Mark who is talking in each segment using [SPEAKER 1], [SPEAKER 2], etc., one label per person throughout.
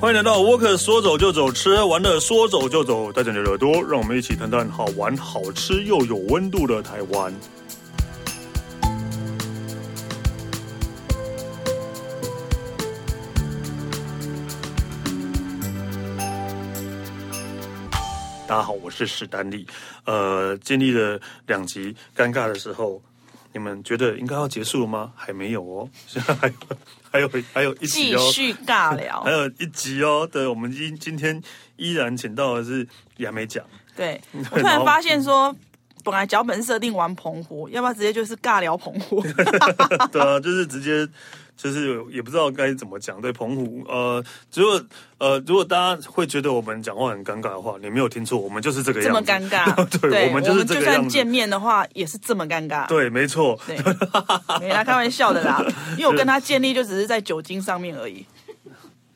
[SPEAKER 1] 欢迎来到 Walker，说走就走，吃玩的说走就走，带着你的耳朵，让我们一起探探好玩、好吃又有温度的台湾。大家好，我是史丹利。呃，经历了两集尴尬的时候，你们觉得应该要结束了吗？还没有哦， 还有还有还有一集
[SPEAKER 2] 继
[SPEAKER 1] 哦，
[SPEAKER 2] 续尬 聊
[SPEAKER 1] 还。有一集哦，对，我们今今天依然请到的是亚美 奖，
[SPEAKER 2] 对我突然发现说，本来脚本设定玩澎湖，要不要直接就是尬聊澎 湖？
[SPEAKER 1] 对啊，就是直接就是也不知道该怎么讲。对澎湖，呃，如果呃如果大家会觉得我们讲话很尴尬的话，你没有听错，我们就是这个
[SPEAKER 2] 这
[SPEAKER 1] 样
[SPEAKER 2] 么
[SPEAKER 1] 子，
[SPEAKER 2] 尴尬，
[SPEAKER 1] 对我们就是这个样
[SPEAKER 2] 算
[SPEAKER 1] 子
[SPEAKER 2] 见面的话，也是这么尴尬。
[SPEAKER 1] 对，没错，
[SPEAKER 2] 对， 没啦，开玩笑的啦。因为我跟他建立就只是在酒精上面 而已。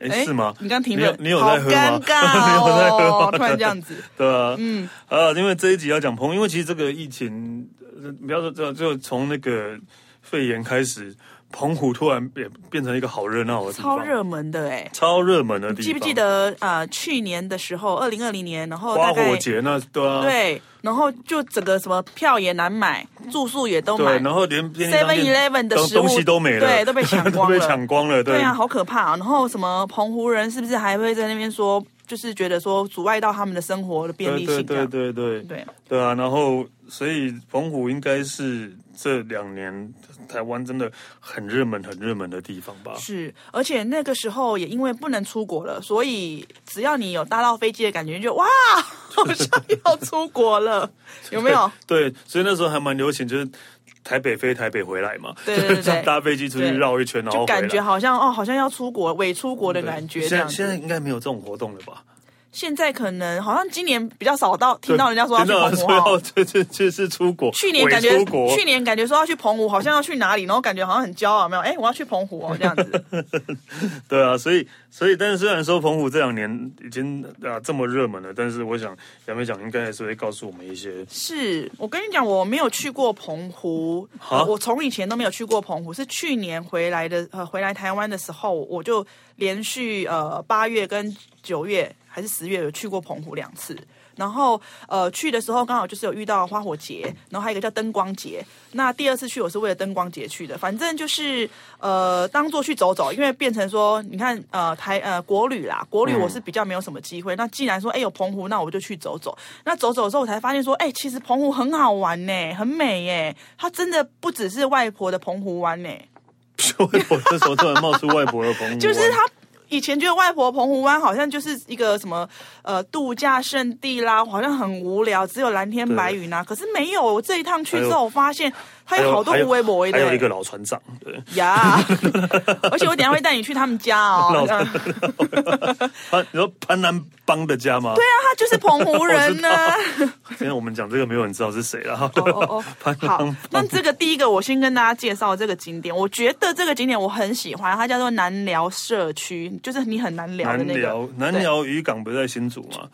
[SPEAKER 1] 哎，
[SPEAKER 2] 哎
[SPEAKER 1] 是吗？
[SPEAKER 2] 你刚停
[SPEAKER 1] 你有
[SPEAKER 2] 顿，
[SPEAKER 1] 你有
[SPEAKER 2] 好
[SPEAKER 1] 在喝吗？
[SPEAKER 2] 尴 尬
[SPEAKER 1] 你有在喝
[SPEAKER 2] 哦
[SPEAKER 1] 吗？，
[SPEAKER 2] 突然这样子。
[SPEAKER 1] 对啊，嗯，啊，因为这一集要讲澎，因为其实这个疫情，呃不要说这就从那个肺炎开始，澎湖突然变变成一个好热闹的地方，
[SPEAKER 2] 超热门的哎、
[SPEAKER 1] 超热门的地方，
[SPEAKER 2] 记不记得呃去年的时候，二零二零年，然后
[SPEAKER 1] 花
[SPEAKER 2] 大概
[SPEAKER 1] 火节那对啊，
[SPEAKER 2] 对，然后就整个什么票也难买，住宿也都
[SPEAKER 1] 对
[SPEAKER 2] 买，
[SPEAKER 1] 然后连便利商
[SPEAKER 2] Seven
[SPEAKER 1] 店
[SPEAKER 2] Eleven 的
[SPEAKER 1] 东
[SPEAKER 2] 食物
[SPEAKER 1] 东西都没了，
[SPEAKER 2] 对，都被抢光
[SPEAKER 1] 都
[SPEAKER 2] 了，
[SPEAKER 1] 被抢光了，对
[SPEAKER 2] 对啊，好可怕、啊！然后什么澎湖人是不是还会在那边说，就是觉得说阻碍到他们的生活的便利
[SPEAKER 1] 对
[SPEAKER 2] 性
[SPEAKER 1] 对
[SPEAKER 2] 这样
[SPEAKER 1] 对对对
[SPEAKER 2] 对
[SPEAKER 1] 对啊，然后所以澎湖应该是这两年台湾真的很热门、很热门的地方吧？
[SPEAKER 2] 是，而且那个时候也因为不能出国了，所以只要你有搭到飞机的感觉，就哇，好像要出 国了，有 没有？
[SPEAKER 1] 对，对所以那时候还蛮流行，就是台北飞台北回来嘛，
[SPEAKER 2] 对 对对
[SPEAKER 1] 就是搭飞机出去
[SPEAKER 2] 对
[SPEAKER 1] 绕一圈，然后
[SPEAKER 2] 就
[SPEAKER 1] 回来
[SPEAKER 2] 感觉好像哦，好像要出国，伪出国的感觉
[SPEAKER 1] 对
[SPEAKER 2] 这
[SPEAKER 1] 现
[SPEAKER 2] 样
[SPEAKER 1] 在
[SPEAKER 2] 子。哦
[SPEAKER 1] 现在应该没有这种活动了吧？
[SPEAKER 2] 现在可能好像今年比较少到听到人家说要
[SPEAKER 1] 真
[SPEAKER 2] 去
[SPEAKER 1] 的
[SPEAKER 2] 澎
[SPEAKER 1] 说
[SPEAKER 2] 湖
[SPEAKER 1] 要
[SPEAKER 2] 哦。
[SPEAKER 1] 这这这是出国，
[SPEAKER 2] 去年感觉
[SPEAKER 1] 伪出国，
[SPEAKER 2] 去年感觉说要去澎湖，好像要去哪里，然后感觉好像很骄傲，有没有？哎，我要去澎湖哦，这样子。
[SPEAKER 1] 对啊，所以所以，但是虽然说澎湖这两年已经啊这么热门了，但是我想杨梅奖应该还是会告诉我们一些
[SPEAKER 2] 是我跟你讲，我没有去过澎湖，
[SPEAKER 1] 啊
[SPEAKER 2] 我从以前都没有去过澎湖，是去年回来的，呃，回来台湾的时候，我就连续呃八月跟九月还是十月有去过澎湖两次。然后，呃，去的时候刚好就是有遇到花火节，然后还有一个叫灯光节。那第二次去我是为了灯光节去的，反正就是呃，当做去走走，因为变成说，你看呃台呃国旅啦，国旅我是比较没有什么机会。那既然说哎有澎湖，那我就去走走。那走走之后，我才发现说，哎、其实澎湖很好玩呢，很美耶。它真的不只是外婆的澎湖湾呢，
[SPEAKER 1] 外婆这时候突然冒出外婆的澎湖湾，啊
[SPEAKER 2] 就是它以前觉得外婆澎湖湾好像就是一个什么呃度假胜地啦，好像很无聊，只有蓝天白云啊。可是没有，我这一趟去之
[SPEAKER 1] 还
[SPEAKER 2] 后，我发现它
[SPEAKER 1] 还
[SPEAKER 2] 有
[SPEAKER 1] 有
[SPEAKER 2] 好多
[SPEAKER 1] 还有
[SPEAKER 2] 无微不为的欸
[SPEAKER 1] 还
[SPEAKER 2] 耶。
[SPEAKER 1] 有一个老船长，对，
[SPEAKER 2] 呀，而且我等一下会带你去他们家 哦。对啊，
[SPEAKER 1] 潘你说潘南帮的家吗？对啊，
[SPEAKER 2] 他就是澎湖人 呢、
[SPEAKER 1] 今天我们讲这个没有人知道是谁了，
[SPEAKER 2] 哦哦， 好，那这个第一个，我先跟大家介绍这个景点。我觉得这个景点我很喜欢，它叫做南寮社区，就是你很难聊的
[SPEAKER 1] 南
[SPEAKER 2] 那个
[SPEAKER 1] 寮。南寮渔港不在新竹吗？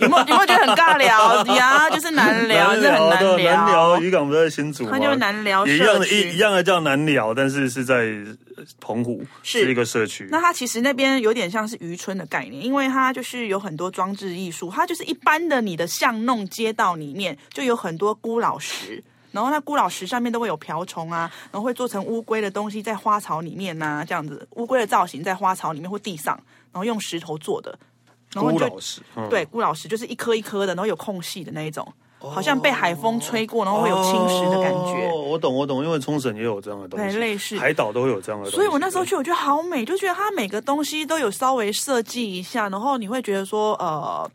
[SPEAKER 2] 有 没有有没有觉得很尬聊呀？就是难聊，
[SPEAKER 1] 南
[SPEAKER 2] 就是很难
[SPEAKER 1] 的南寮
[SPEAKER 2] 聊。
[SPEAKER 1] 渔港不在新竹吗？
[SPEAKER 2] 它就是南寮
[SPEAKER 1] 也一样的，
[SPEAKER 2] 社区
[SPEAKER 1] 一一样的叫南寮，但是是在澎湖，
[SPEAKER 2] 是
[SPEAKER 1] 是一个社区。
[SPEAKER 2] 那它其实那边有点像是渔村的概念，因为它就是有很多装置艺术，它就是一般的你的巷弄街道里面就有很多孤老石。然后那孤老石上面都会有瓢虫啊，然后会做成乌龟的东西在花草里面呐、这样子乌龟的造型在花草里面或地上，然后用石头做的，然后
[SPEAKER 1] 孤
[SPEAKER 2] 你就
[SPEAKER 1] 老师，嗯
[SPEAKER 2] 对，孤老石就是一颗一颗的，然后有空隙的那一种，好像被海风吹过，然后会有侵蚀的感觉。
[SPEAKER 1] 哦我懂，我懂，因为冲绳也有这样的东西，
[SPEAKER 2] 对类似
[SPEAKER 1] 海岛都会有这样的东西。
[SPEAKER 2] 所以我那时候去，我觉得好美，就觉得它每个东西都有稍微设计一下，然后你会觉得说，呃，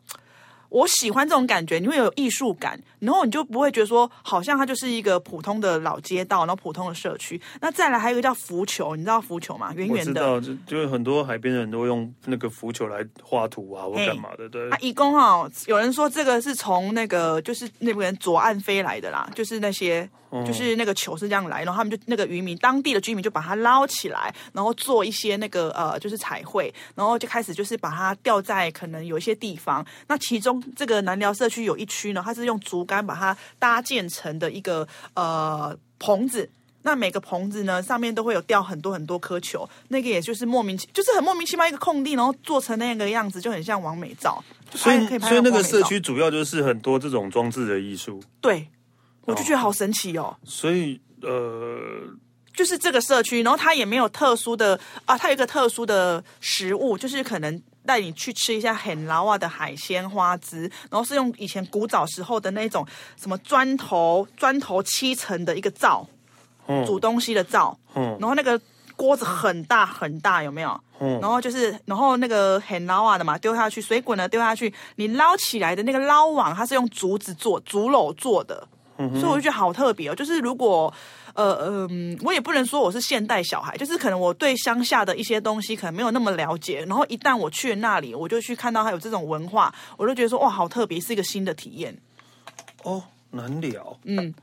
[SPEAKER 2] 我喜欢这种感觉，你会有艺术感，然后你就不会觉得说，好像它就是一个普通的老街道，然后普通的社区。那再来还有一个叫浮球，你知道浮球吗？圆
[SPEAKER 1] 我
[SPEAKER 2] 圆
[SPEAKER 1] 知
[SPEAKER 2] 的。
[SPEAKER 1] 道，就就是很多海边的人都用那个浮球来画图啊，或干嘛的，对
[SPEAKER 2] 啊，。一共哈，有人说这个是从那个就是那边左岸飞来的啦，就是那些、就是那个球是这样来，然后他们就那个渔民当地的居民就把它捞起来，然后做一些那个呃就是彩绘，然后就开始就是把它吊在可能有一些地方。那其中这个南寮社区有一区呢，它是用竹竿把它搭建成的一个呃棚子。那每个棚子呢，上面都会有吊很多很多颗球，那个也就是莫名其，就是很莫名其妙一个空地，然后做成那个样子，就很像完美照。
[SPEAKER 1] 所以
[SPEAKER 2] 拍可以拍
[SPEAKER 1] 所以那
[SPEAKER 2] 到
[SPEAKER 1] 个
[SPEAKER 2] 完美
[SPEAKER 1] 社
[SPEAKER 2] 照
[SPEAKER 1] 区主要就是很多这种装置的艺术，
[SPEAKER 2] 对，我就觉得好神奇哦。
[SPEAKER 1] 所以呃，
[SPEAKER 2] 就是这个社区，然后它也没有特殊的啊，它有一个特殊的食物，就是可能带你去吃一下很老啊的海鲜花枝，然后是用以前古早时候的那种什么砖头砖头砌成的一个灶，
[SPEAKER 1] 嗯
[SPEAKER 2] 煮东西的灶，
[SPEAKER 1] 嗯
[SPEAKER 2] 然后那个锅子很大很大，有没有？然后就是，然后那个很捞啊的嘛，丢下去，水滚了丢下去，你捞起来的那个捞网，它是用竹子做，竹篓做的，
[SPEAKER 1] 嗯
[SPEAKER 2] 所以我就觉得好特别哦。就是如果，呃嗯、我也不能说我是现代小孩，就是可能我对乡下的一些东西可能没有那么了解，然后一旦我去了那里，我就去看到它有这种文化，我就觉得说哇，好特别，是一个新的体验。
[SPEAKER 1] 哦难聊，嗯，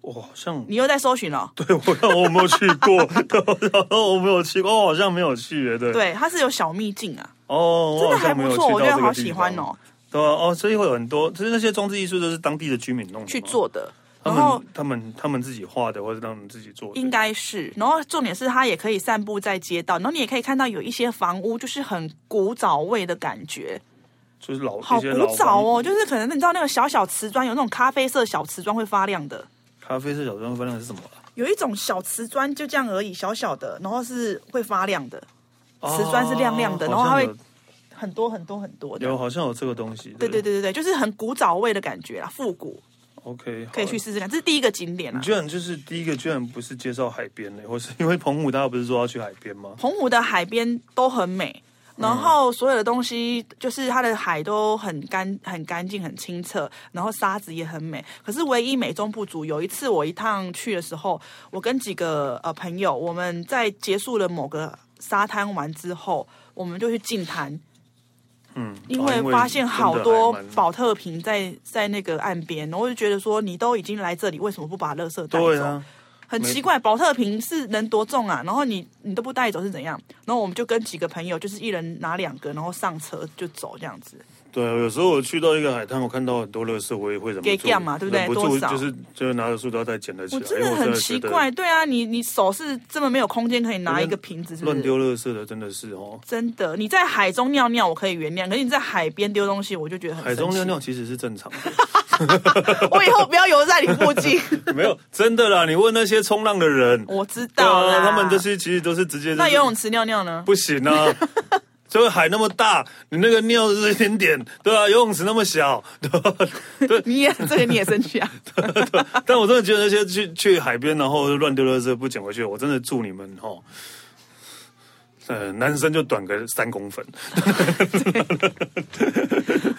[SPEAKER 1] 我好像
[SPEAKER 2] 你又在搜寻了，
[SPEAKER 1] 对我看我没有去过， 对，我我没有去过，哦我好像没有去，对，
[SPEAKER 2] 对，它是有小秘境啊，
[SPEAKER 1] 哦，我
[SPEAKER 2] 真的
[SPEAKER 1] 好
[SPEAKER 2] 还
[SPEAKER 1] 像没有
[SPEAKER 2] 不
[SPEAKER 1] 去
[SPEAKER 2] 错，
[SPEAKER 1] 到
[SPEAKER 2] 我觉得
[SPEAKER 1] 这个
[SPEAKER 2] 好
[SPEAKER 1] 地
[SPEAKER 2] 喜欢
[SPEAKER 1] 方
[SPEAKER 2] 哦。。
[SPEAKER 1] 对啊，哦，所以会有很多，就是那些装置艺术都是当地的居民弄的吗
[SPEAKER 2] 去，做的。
[SPEAKER 1] 他
[SPEAKER 2] 然后
[SPEAKER 1] 们他们他们自己画的，或者他们自己做的，
[SPEAKER 2] 应该是，然后重点是它也可以散步在街道，然后你也可以看到有一些房屋就是很古早味的感觉，
[SPEAKER 1] 就是老
[SPEAKER 2] 好
[SPEAKER 1] 一些老
[SPEAKER 2] 古早
[SPEAKER 1] 房
[SPEAKER 2] 哦，就是可能你知道那个小小瓷砖有那种咖啡色小瓷砖会发亮的，
[SPEAKER 1] 咖啡色小砖分量是什么啊？
[SPEAKER 2] 有一种小瓷砖就这样而已，小小的，然后是会发亮的，
[SPEAKER 1] 哦
[SPEAKER 2] 瓷砖是亮亮的然后它
[SPEAKER 1] 好像
[SPEAKER 2] 会很多很多很多
[SPEAKER 1] 有
[SPEAKER 2] 的。
[SPEAKER 1] 有好像有这个东西，
[SPEAKER 2] 对对对对对，就是很古早味的感觉啦，复古，
[SPEAKER 1] ，OK，好
[SPEAKER 2] 可以去。试试看。这是第一个景点啊
[SPEAKER 1] 你，居然就是第一个，居然不是介绍海边嘞，或是因为澎湖大家不是说要去海边吗？
[SPEAKER 2] 澎湖的海边都很美，然后所有的东西就是它的海都很干、很干净、很清澈，然后沙子也很美。可是唯一美中不足，有一次我一趟去的时候，我跟几个呃朋友，我们在结束了某个沙滩玩之后，我们就去净滩，
[SPEAKER 1] 嗯，
[SPEAKER 2] 因
[SPEAKER 1] 哦
[SPEAKER 2] 为发现好多
[SPEAKER 1] 真的还蛮
[SPEAKER 2] 保特瓶在在那个岸边，然后我就觉得说，你都已经来这里，为什么不把垃圾带走？
[SPEAKER 1] 对啊，
[SPEAKER 2] 很奇怪，保特瓶是能多重啊？然后你你都不带走是怎样？然后我们就跟几个朋友，就是一人拿两个，然后上车就走这样子。
[SPEAKER 1] 对，有时候我去到一个海滩，我看到很多垃圾，我也会忍
[SPEAKER 2] 给
[SPEAKER 1] 不住
[SPEAKER 2] 干嘛对不对
[SPEAKER 1] 忍不住
[SPEAKER 2] 多少
[SPEAKER 1] 就是就是拿着塑料袋捡了起
[SPEAKER 2] 我
[SPEAKER 1] 来，
[SPEAKER 2] 真
[SPEAKER 1] 因为哎
[SPEAKER 2] 的
[SPEAKER 1] 我
[SPEAKER 2] 很
[SPEAKER 1] 觉
[SPEAKER 2] 奇
[SPEAKER 1] 得
[SPEAKER 2] 怪，对啊，你你手是这么没有空间可以拿一个瓶子，是不
[SPEAKER 1] 乱
[SPEAKER 2] 是？
[SPEAKER 1] 丢垃圾的真的是哦，
[SPEAKER 2] 真的，你在海中尿尿我可以原谅，可是你在海边丢东西，我就觉得很
[SPEAKER 1] 海中
[SPEAKER 2] 生
[SPEAKER 1] 尿
[SPEAKER 2] 气。
[SPEAKER 1] 尿其实是正常
[SPEAKER 2] 我以后不要游在你附 近，
[SPEAKER 1] 的，没有真的啦。你问那些冲浪的人，
[SPEAKER 2] 我知
[SPEAKER 1] 对
[SPEAKER 2] 道啦。
[SPEAKER 1] 啊，他们就是其实都是直接、就是、
[SPEAKER 2] 那游泳池尿尿呢？
[SPEAKER 1] 不行啊。 这个海那么大，你那个尿是一点点，对啊，游泳池那么小，对啊吧、
[SPEAKER 2] 你也这个你也生气啊？
[SPEAKER 1] 但我真的觉得那些去去海边然后乱丢垃圾不捡回去，我真的祝你们哦。呃，男生就短个三公分，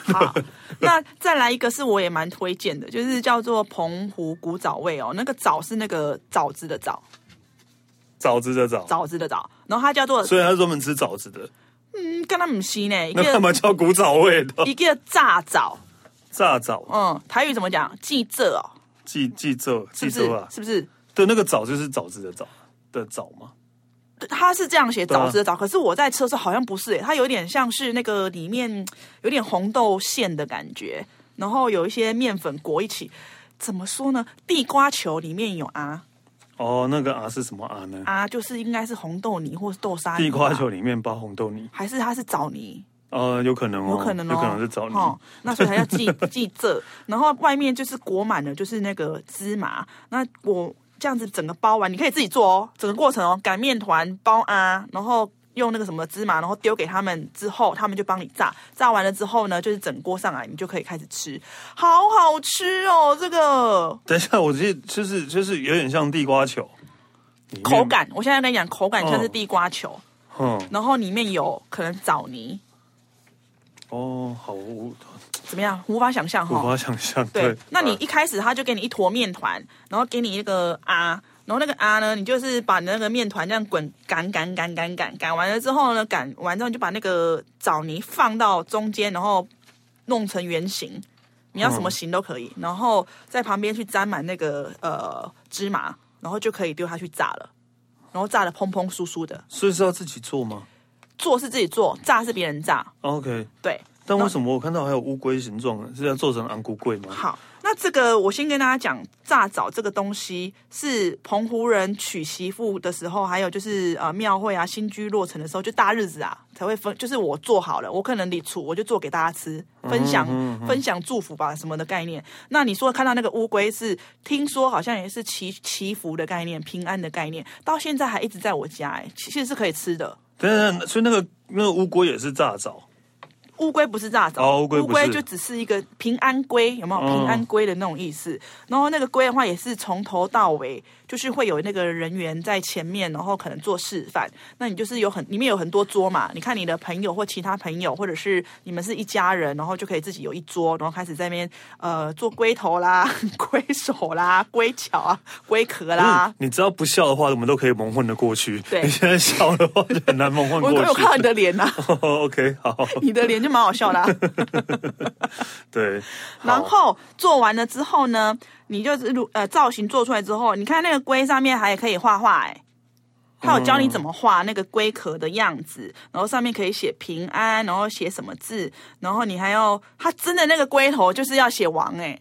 [SPEAKER 2] 好， 那再来一个是我也蛮推荐的，就是叫做澎湖古早味哦，那个枣是那个枣子的枣，
[SPEAKER 1] 枣子的枣，
[SPEAKER 2] 枣子的枣，然后它叫做
[SPEAKER 1] 所以他是专门吃枣子的，
[SPEAKER 2] 嗯，跟他们西呢，一
[SPEAKER 1] 那干
[SPEAKER 2] 个
[SPEAKER 1] 嘛叫古早味的
[SPEAKER 2] 一个炸枣，
[SPEAKER 1] 炸枣？
[SPEAKER 2] 嗯，台语怎么讲？记这哦，
[SPEAKER 1] 记记这
[SPEAKER 2] 是
[SPEAKER 1] 记
[SPEAKER 2] 不
[SPEAKER 1] 这啊
[SPEAKER 2] 是？，是不是？
[SPEAKER 1] 对，那个枣就是枣子的枣的枣嘛。
[SPEAKER 2] 它是这样写
[SPEAKER 1] 对啊
[SPEAKER 2] 枣子的枣，可是我在吃的时候好像不是诶，它有点像是那个里面有点红豆馅的感觉，然后有一些面粉裹一起，怎么说呢？地瓜球里面有啊
[SPEAKER 1] 哦，那个啊是什么啊呢？
[SPEAKER 2] 啊，就是应该是红豆泥或是豆沙泥
[SPEAKER 1] 地瓜
[SPEAKER 2] 吧
[SPEAKER 1] 球里面包红豆泥，
[SPEAKER 2] 还是它是枣泥，
[SPEAKER 1] 呃，有可能哦，
[SPEAKER 2] 有可能哦，
[SPEAKER 1] 有可能是枣泥。
[SPEAKER 2] 哦，那所以它要记 记这，然后外面就是裹满了就是那个芝麻，那我这样子整个包完，你可以自己做哦，整个过程哦，擀面团包啊，然后。用那个什么芝麻，然后丢给他们之后，他们就帮你炸。炸完了之后呢，就是整锅上来，你就可以开始吃，好好吃哦！这个
[SPEAKER 1] 等一下，我记得就是就是有点像地瓜球，里面
[SPEAKER 2] 口，感，我现在跟你讲，口感像是
[SPEAKER 1] 哦
[SPEAKER 2] 地瓜球，
[SPEAKER 1] 嗯，
[SPEAKER 2] 然后里面有可能枣泥，
[SPEAKER 1] 哦，好无
[SPEAKER 2] 怎么样？无法想象哈、
[SPEAKER 1] 无法想象。
[SPEAKER 2] 哦对，那你
[SPEAKER 1] 啊
[SPEAKER 2] 一开始他就给你一坨面团，然后给你一个啊，然后那个啊呢，你就是把你那个面团这样滚擀擀擀擀擀擀完了之后呢，擀完之后你就把那个枣泥放到中间，然后弄成圆形，你要什么形都可以，然后在旁边去沾满那个呃芝麻，然后就可以丢下去炸了，然后炸的蓬蓬酥酥的，
[SPEAKER 1] 所以是要自己做吗哦
[SPEAKER 2] 做是自己做，炸是别人炸，
[SPEAKER 1] ？OK，
[SPEAKER 2] 对，
[SPEAKER 1] 啊但为什么我看到还有乌龟形状的？是要做成昂咕龟吗？
[SPEAKER 2] 好，那这个我先跟大家讲，炸枣这个东西是澎湖人娶媳妇的时候，还有就是呃庙会啊、新居落成的时候，就大日子啊才会分，就是我做好了，我可能里厨我就做给大家吃，分享、分享祝福吧什么的概念。那你说看到那个乌龟是，听说好像也是祈祈福的概念、平安的概念，到现在还一直在我家、哎，其实是可以吃的。
[SPEAKER 1] 但是所以那个那个乌龟也是炸枣，
[SPEAKER 2] 乌龟不是炸枣，
[SPEAKER 1] 哦乌龟不是
[SPEAKER 2] 就只是一个平安龟，有没有
[SPEAKER 1] 嗯
[SPEAKER 2] 平安龟的那种意思？然后那个龟的话，也是从头到尾，就是会有那个人员在前面，然后可能做示范。那你就是有很里面有很多桌嘛，你看你的朋友或其他朋友，或者是你们是一家人，然后就可以自己有一桌，然后开始在那边呃做龟头啦、 龟手啦、龟脚啊、龟壳啦
[SPEAKER 1] 嗯。你只要不笑的话，我们都可以蒙混的过去。
[SPEAKER 2] 对
[SPEAKER 1] 你 现在笑的话就很难蒙混
[SPEAKER 2] 我
[SPEAKER 1] 过
[SPEAKER 2] 我有
[SPEAKER 1] 去
[SPEAKER 2] 看。到你的脸呐、
[SPEAKER 1] OK，好，
[SPEAKER 2] 你的啊脸就蛮好笑啦、
[SPEAKER 1] 对，
[SPEAKER 2] 然
[SPEAKER 1] 好
[SPEAKER 2] 后做完了之后呢，你就是如呃造型做出来之后，你看那个龟上面还可以画画哎、他有教你怎么画那个龟壳的样子，然后上面可以写平安，然后写什么字，然后你还要他真的那个龟头就是要写王哎、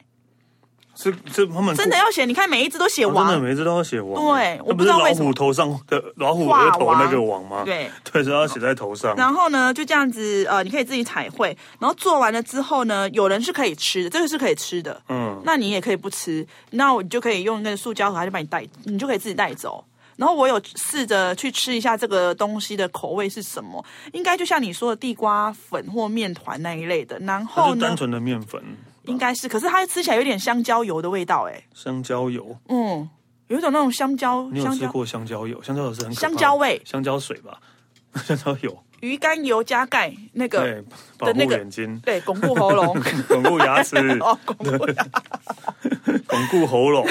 [SPEAKER 1] 这这他们
[SPEAKER 2] 真的要写，你看每一只都写
[SPEAKER 1] 我哦真的
[SPEAKER 2] 王，
[SPEAKER 1] 每一只都要写王，
[SPEAKER 2] 对我
[SPEAKER 1] 那
[SPEAKER 2] 不
[SPEAKER 1] 不
[SPEAKER 2] 知
[SPEAKER 1] 是
[SPEAKER 2] 道
[SPEAKER 1] 老
[SPEAKER 2] 为什么
[SPEAKER 1] 虎头上的老虎
[SPEAKER 2] 画
[SPEAKER 1] 额头
[SPEAKER 2] 王
[SPEAKER 1] 那个王吗？，
[SPEAKER 2] 对。
[SPEAKER 1] 对，是要写在头上。
[SPEAKER 2] 然后呢，就这样子，呃，你可以自己彩绘。然后做完了之后呢，有人是可以吃的，这个是可以吃的，
[SPEAKER 1] 嗯，
[SPEAKER 2] 那你也可以不吃，那我就可以用一个塑胶盒，它就把你带，你就可以自己带走。然后我有试着去吃一下这个东西的口味是什么，应该就像你说的地瓜粉或面团那一类的。然
[SPEAKER 1] 它是
[SPEAKER 2] 后呢
[SPEAKER 1] 单，纯的面粉、
[SPEAKER 2] 应该是，可是它吃起来有点香蕉油的味道、欸，
[SPEAKER 1] 香蕉油。
[SPEAKER 2] 嗯，有一种那种香蕉
[SPEAKER 1] 你有
[SPEAKER 2] 香
[SPEAKER 1] 吃
[SPEAKER 2] 蕉
[SPEAKER 1] 过香蕉油？香蕉油是很可怕的
[SPEAKER 2] 香蕉味、
[SPEAKER 1] 香蕉水吧？ 香蕉油，
[SPEAKER 2] 鱼肝油加钙那个，
[SPEAKER 1] 对，保护
[SPEAKER 2] 那个
[SPEAKER 1] 眼睛，
[SPEAKER 2] 对，巩固喉咙。
[SPEAKER 1] 巩固牙齿，
[SPEAKER 2] 哦，巩固
[SPEAKER 1] 巩固喉咙。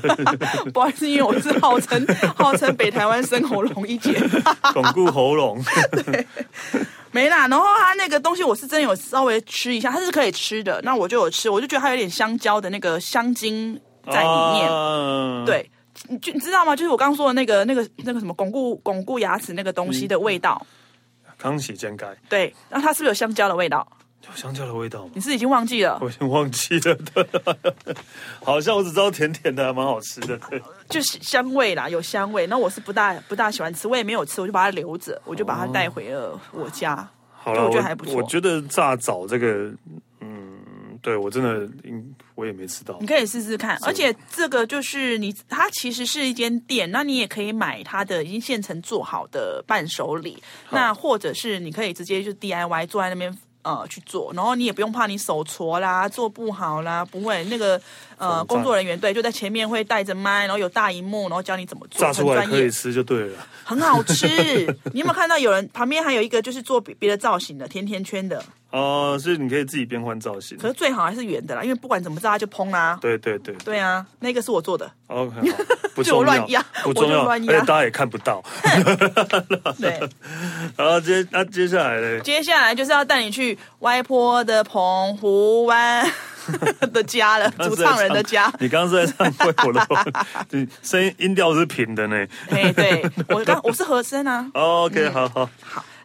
[SPEAKER 2] 不好意思，因为我是号称号称北台湾生喉咙一姐，
[SPEAKER 1] 巩固喉咙。
[SPEAKER 2] 没啦，然后它那个东西我是真的有稍微吃一下，它是可以吃的，那我就有吃，我就觉得它有点香蕉的那个香精在里面，
[SPEAKER 1] 啊，
[SPEAKER 2] 对。你就你知道吗？就是我刚说的那个、那个、那个什么巩固巩固牙齿那个东西的味道，
[SPEAKER 1] 康熙煎盖
[SPEAKER 2] 对。那它是不是有香蕉的味道？
[SPEAKER 1] 有香蕉的味道吗？
[SPEAKER 2] 你是已经忘记了？
[SPEAKER 1] 我已经忘记了， 对，好像我只知道甜甜的，还蛮好吃 的。对，
[SPEAKER 2] 就是香味啦，有香味。那我是不大不大喜欢吃，我也没有吃，我就把它留着，我就把它带回了我家。
[SPEAKER 1] 好了，
[SPEAKER 2] 我觉得还不错
[SPEAKER 1] 我觉得炸枣这个，嗯，对我真的，嗯我也没吃到
[SPEAKER 2] 你。可以试试看，而且这个就是你，它其实是一间店，那你也可以买它的已经现成做好的伴手礼，那或者是你可以直接就 DIY 坐在那边。呃，去做，然后你也不用怕你手挫啦，做不好啦，不会那个
[SPEAKER 1] 很
[SPEAKER 2] 呃，
[SPEAKER 1] 赞
[SPEAKER 2] 工作人员对就在前面会带着麦，然后有大荧幕，然后教你怎么做，
[SPEAKER 1] 炸
[SPEAKER 2] 很
[SPEAKER 1] 出来
[SPEAKER 2] 专
[SPEAKER 1] 可以
[SPEAKER 2] 业，
[SPEAKER 1] 吃就对了。
[SPEAKER 2] 很好吃。你有没有看到有人旁边还有一个就是做别别的造型的甜甜圈的？
[SPEAKER 1] 哦、所以你可以自己变换造型
[SPEAKER 2] 可。是最好还是圆的啦，因为不管怎么炸它就蓬啦。
[SPEAKER 1] 对对对
[SPEAKER 2] 对啊，那个是我做的。
[SPEAKER 1] ，OK，好 不
[SPEAKER 2] 就
[SPEAKER 1] 重
[SPEAKER 2] 乱压
[SPEAKER 1] 要，不重
[SPEAKER 2] 我
[SPEAKER 1] 要，
[SPEAKER 2] 就
[SPEAKER 1] 而
[SPEAKER 2] 乱压
[SPEAKER 1] 且大家也看不到。
[SPEAKER 2] 对，
[SPEAKER 1] 然后接那、接下来 嘞，
[SPEAKER 2] 接下来就是要带你去歪坡的澎湖 湾的家了，主唱人的家。
[SPEAKER 1] 你刚刚是在唱会，我 都，你声音音调是平的呢。
[SPEAKER 2] 哎，对我刚我是和声啊。
[SPEAKER 1] OK，好好，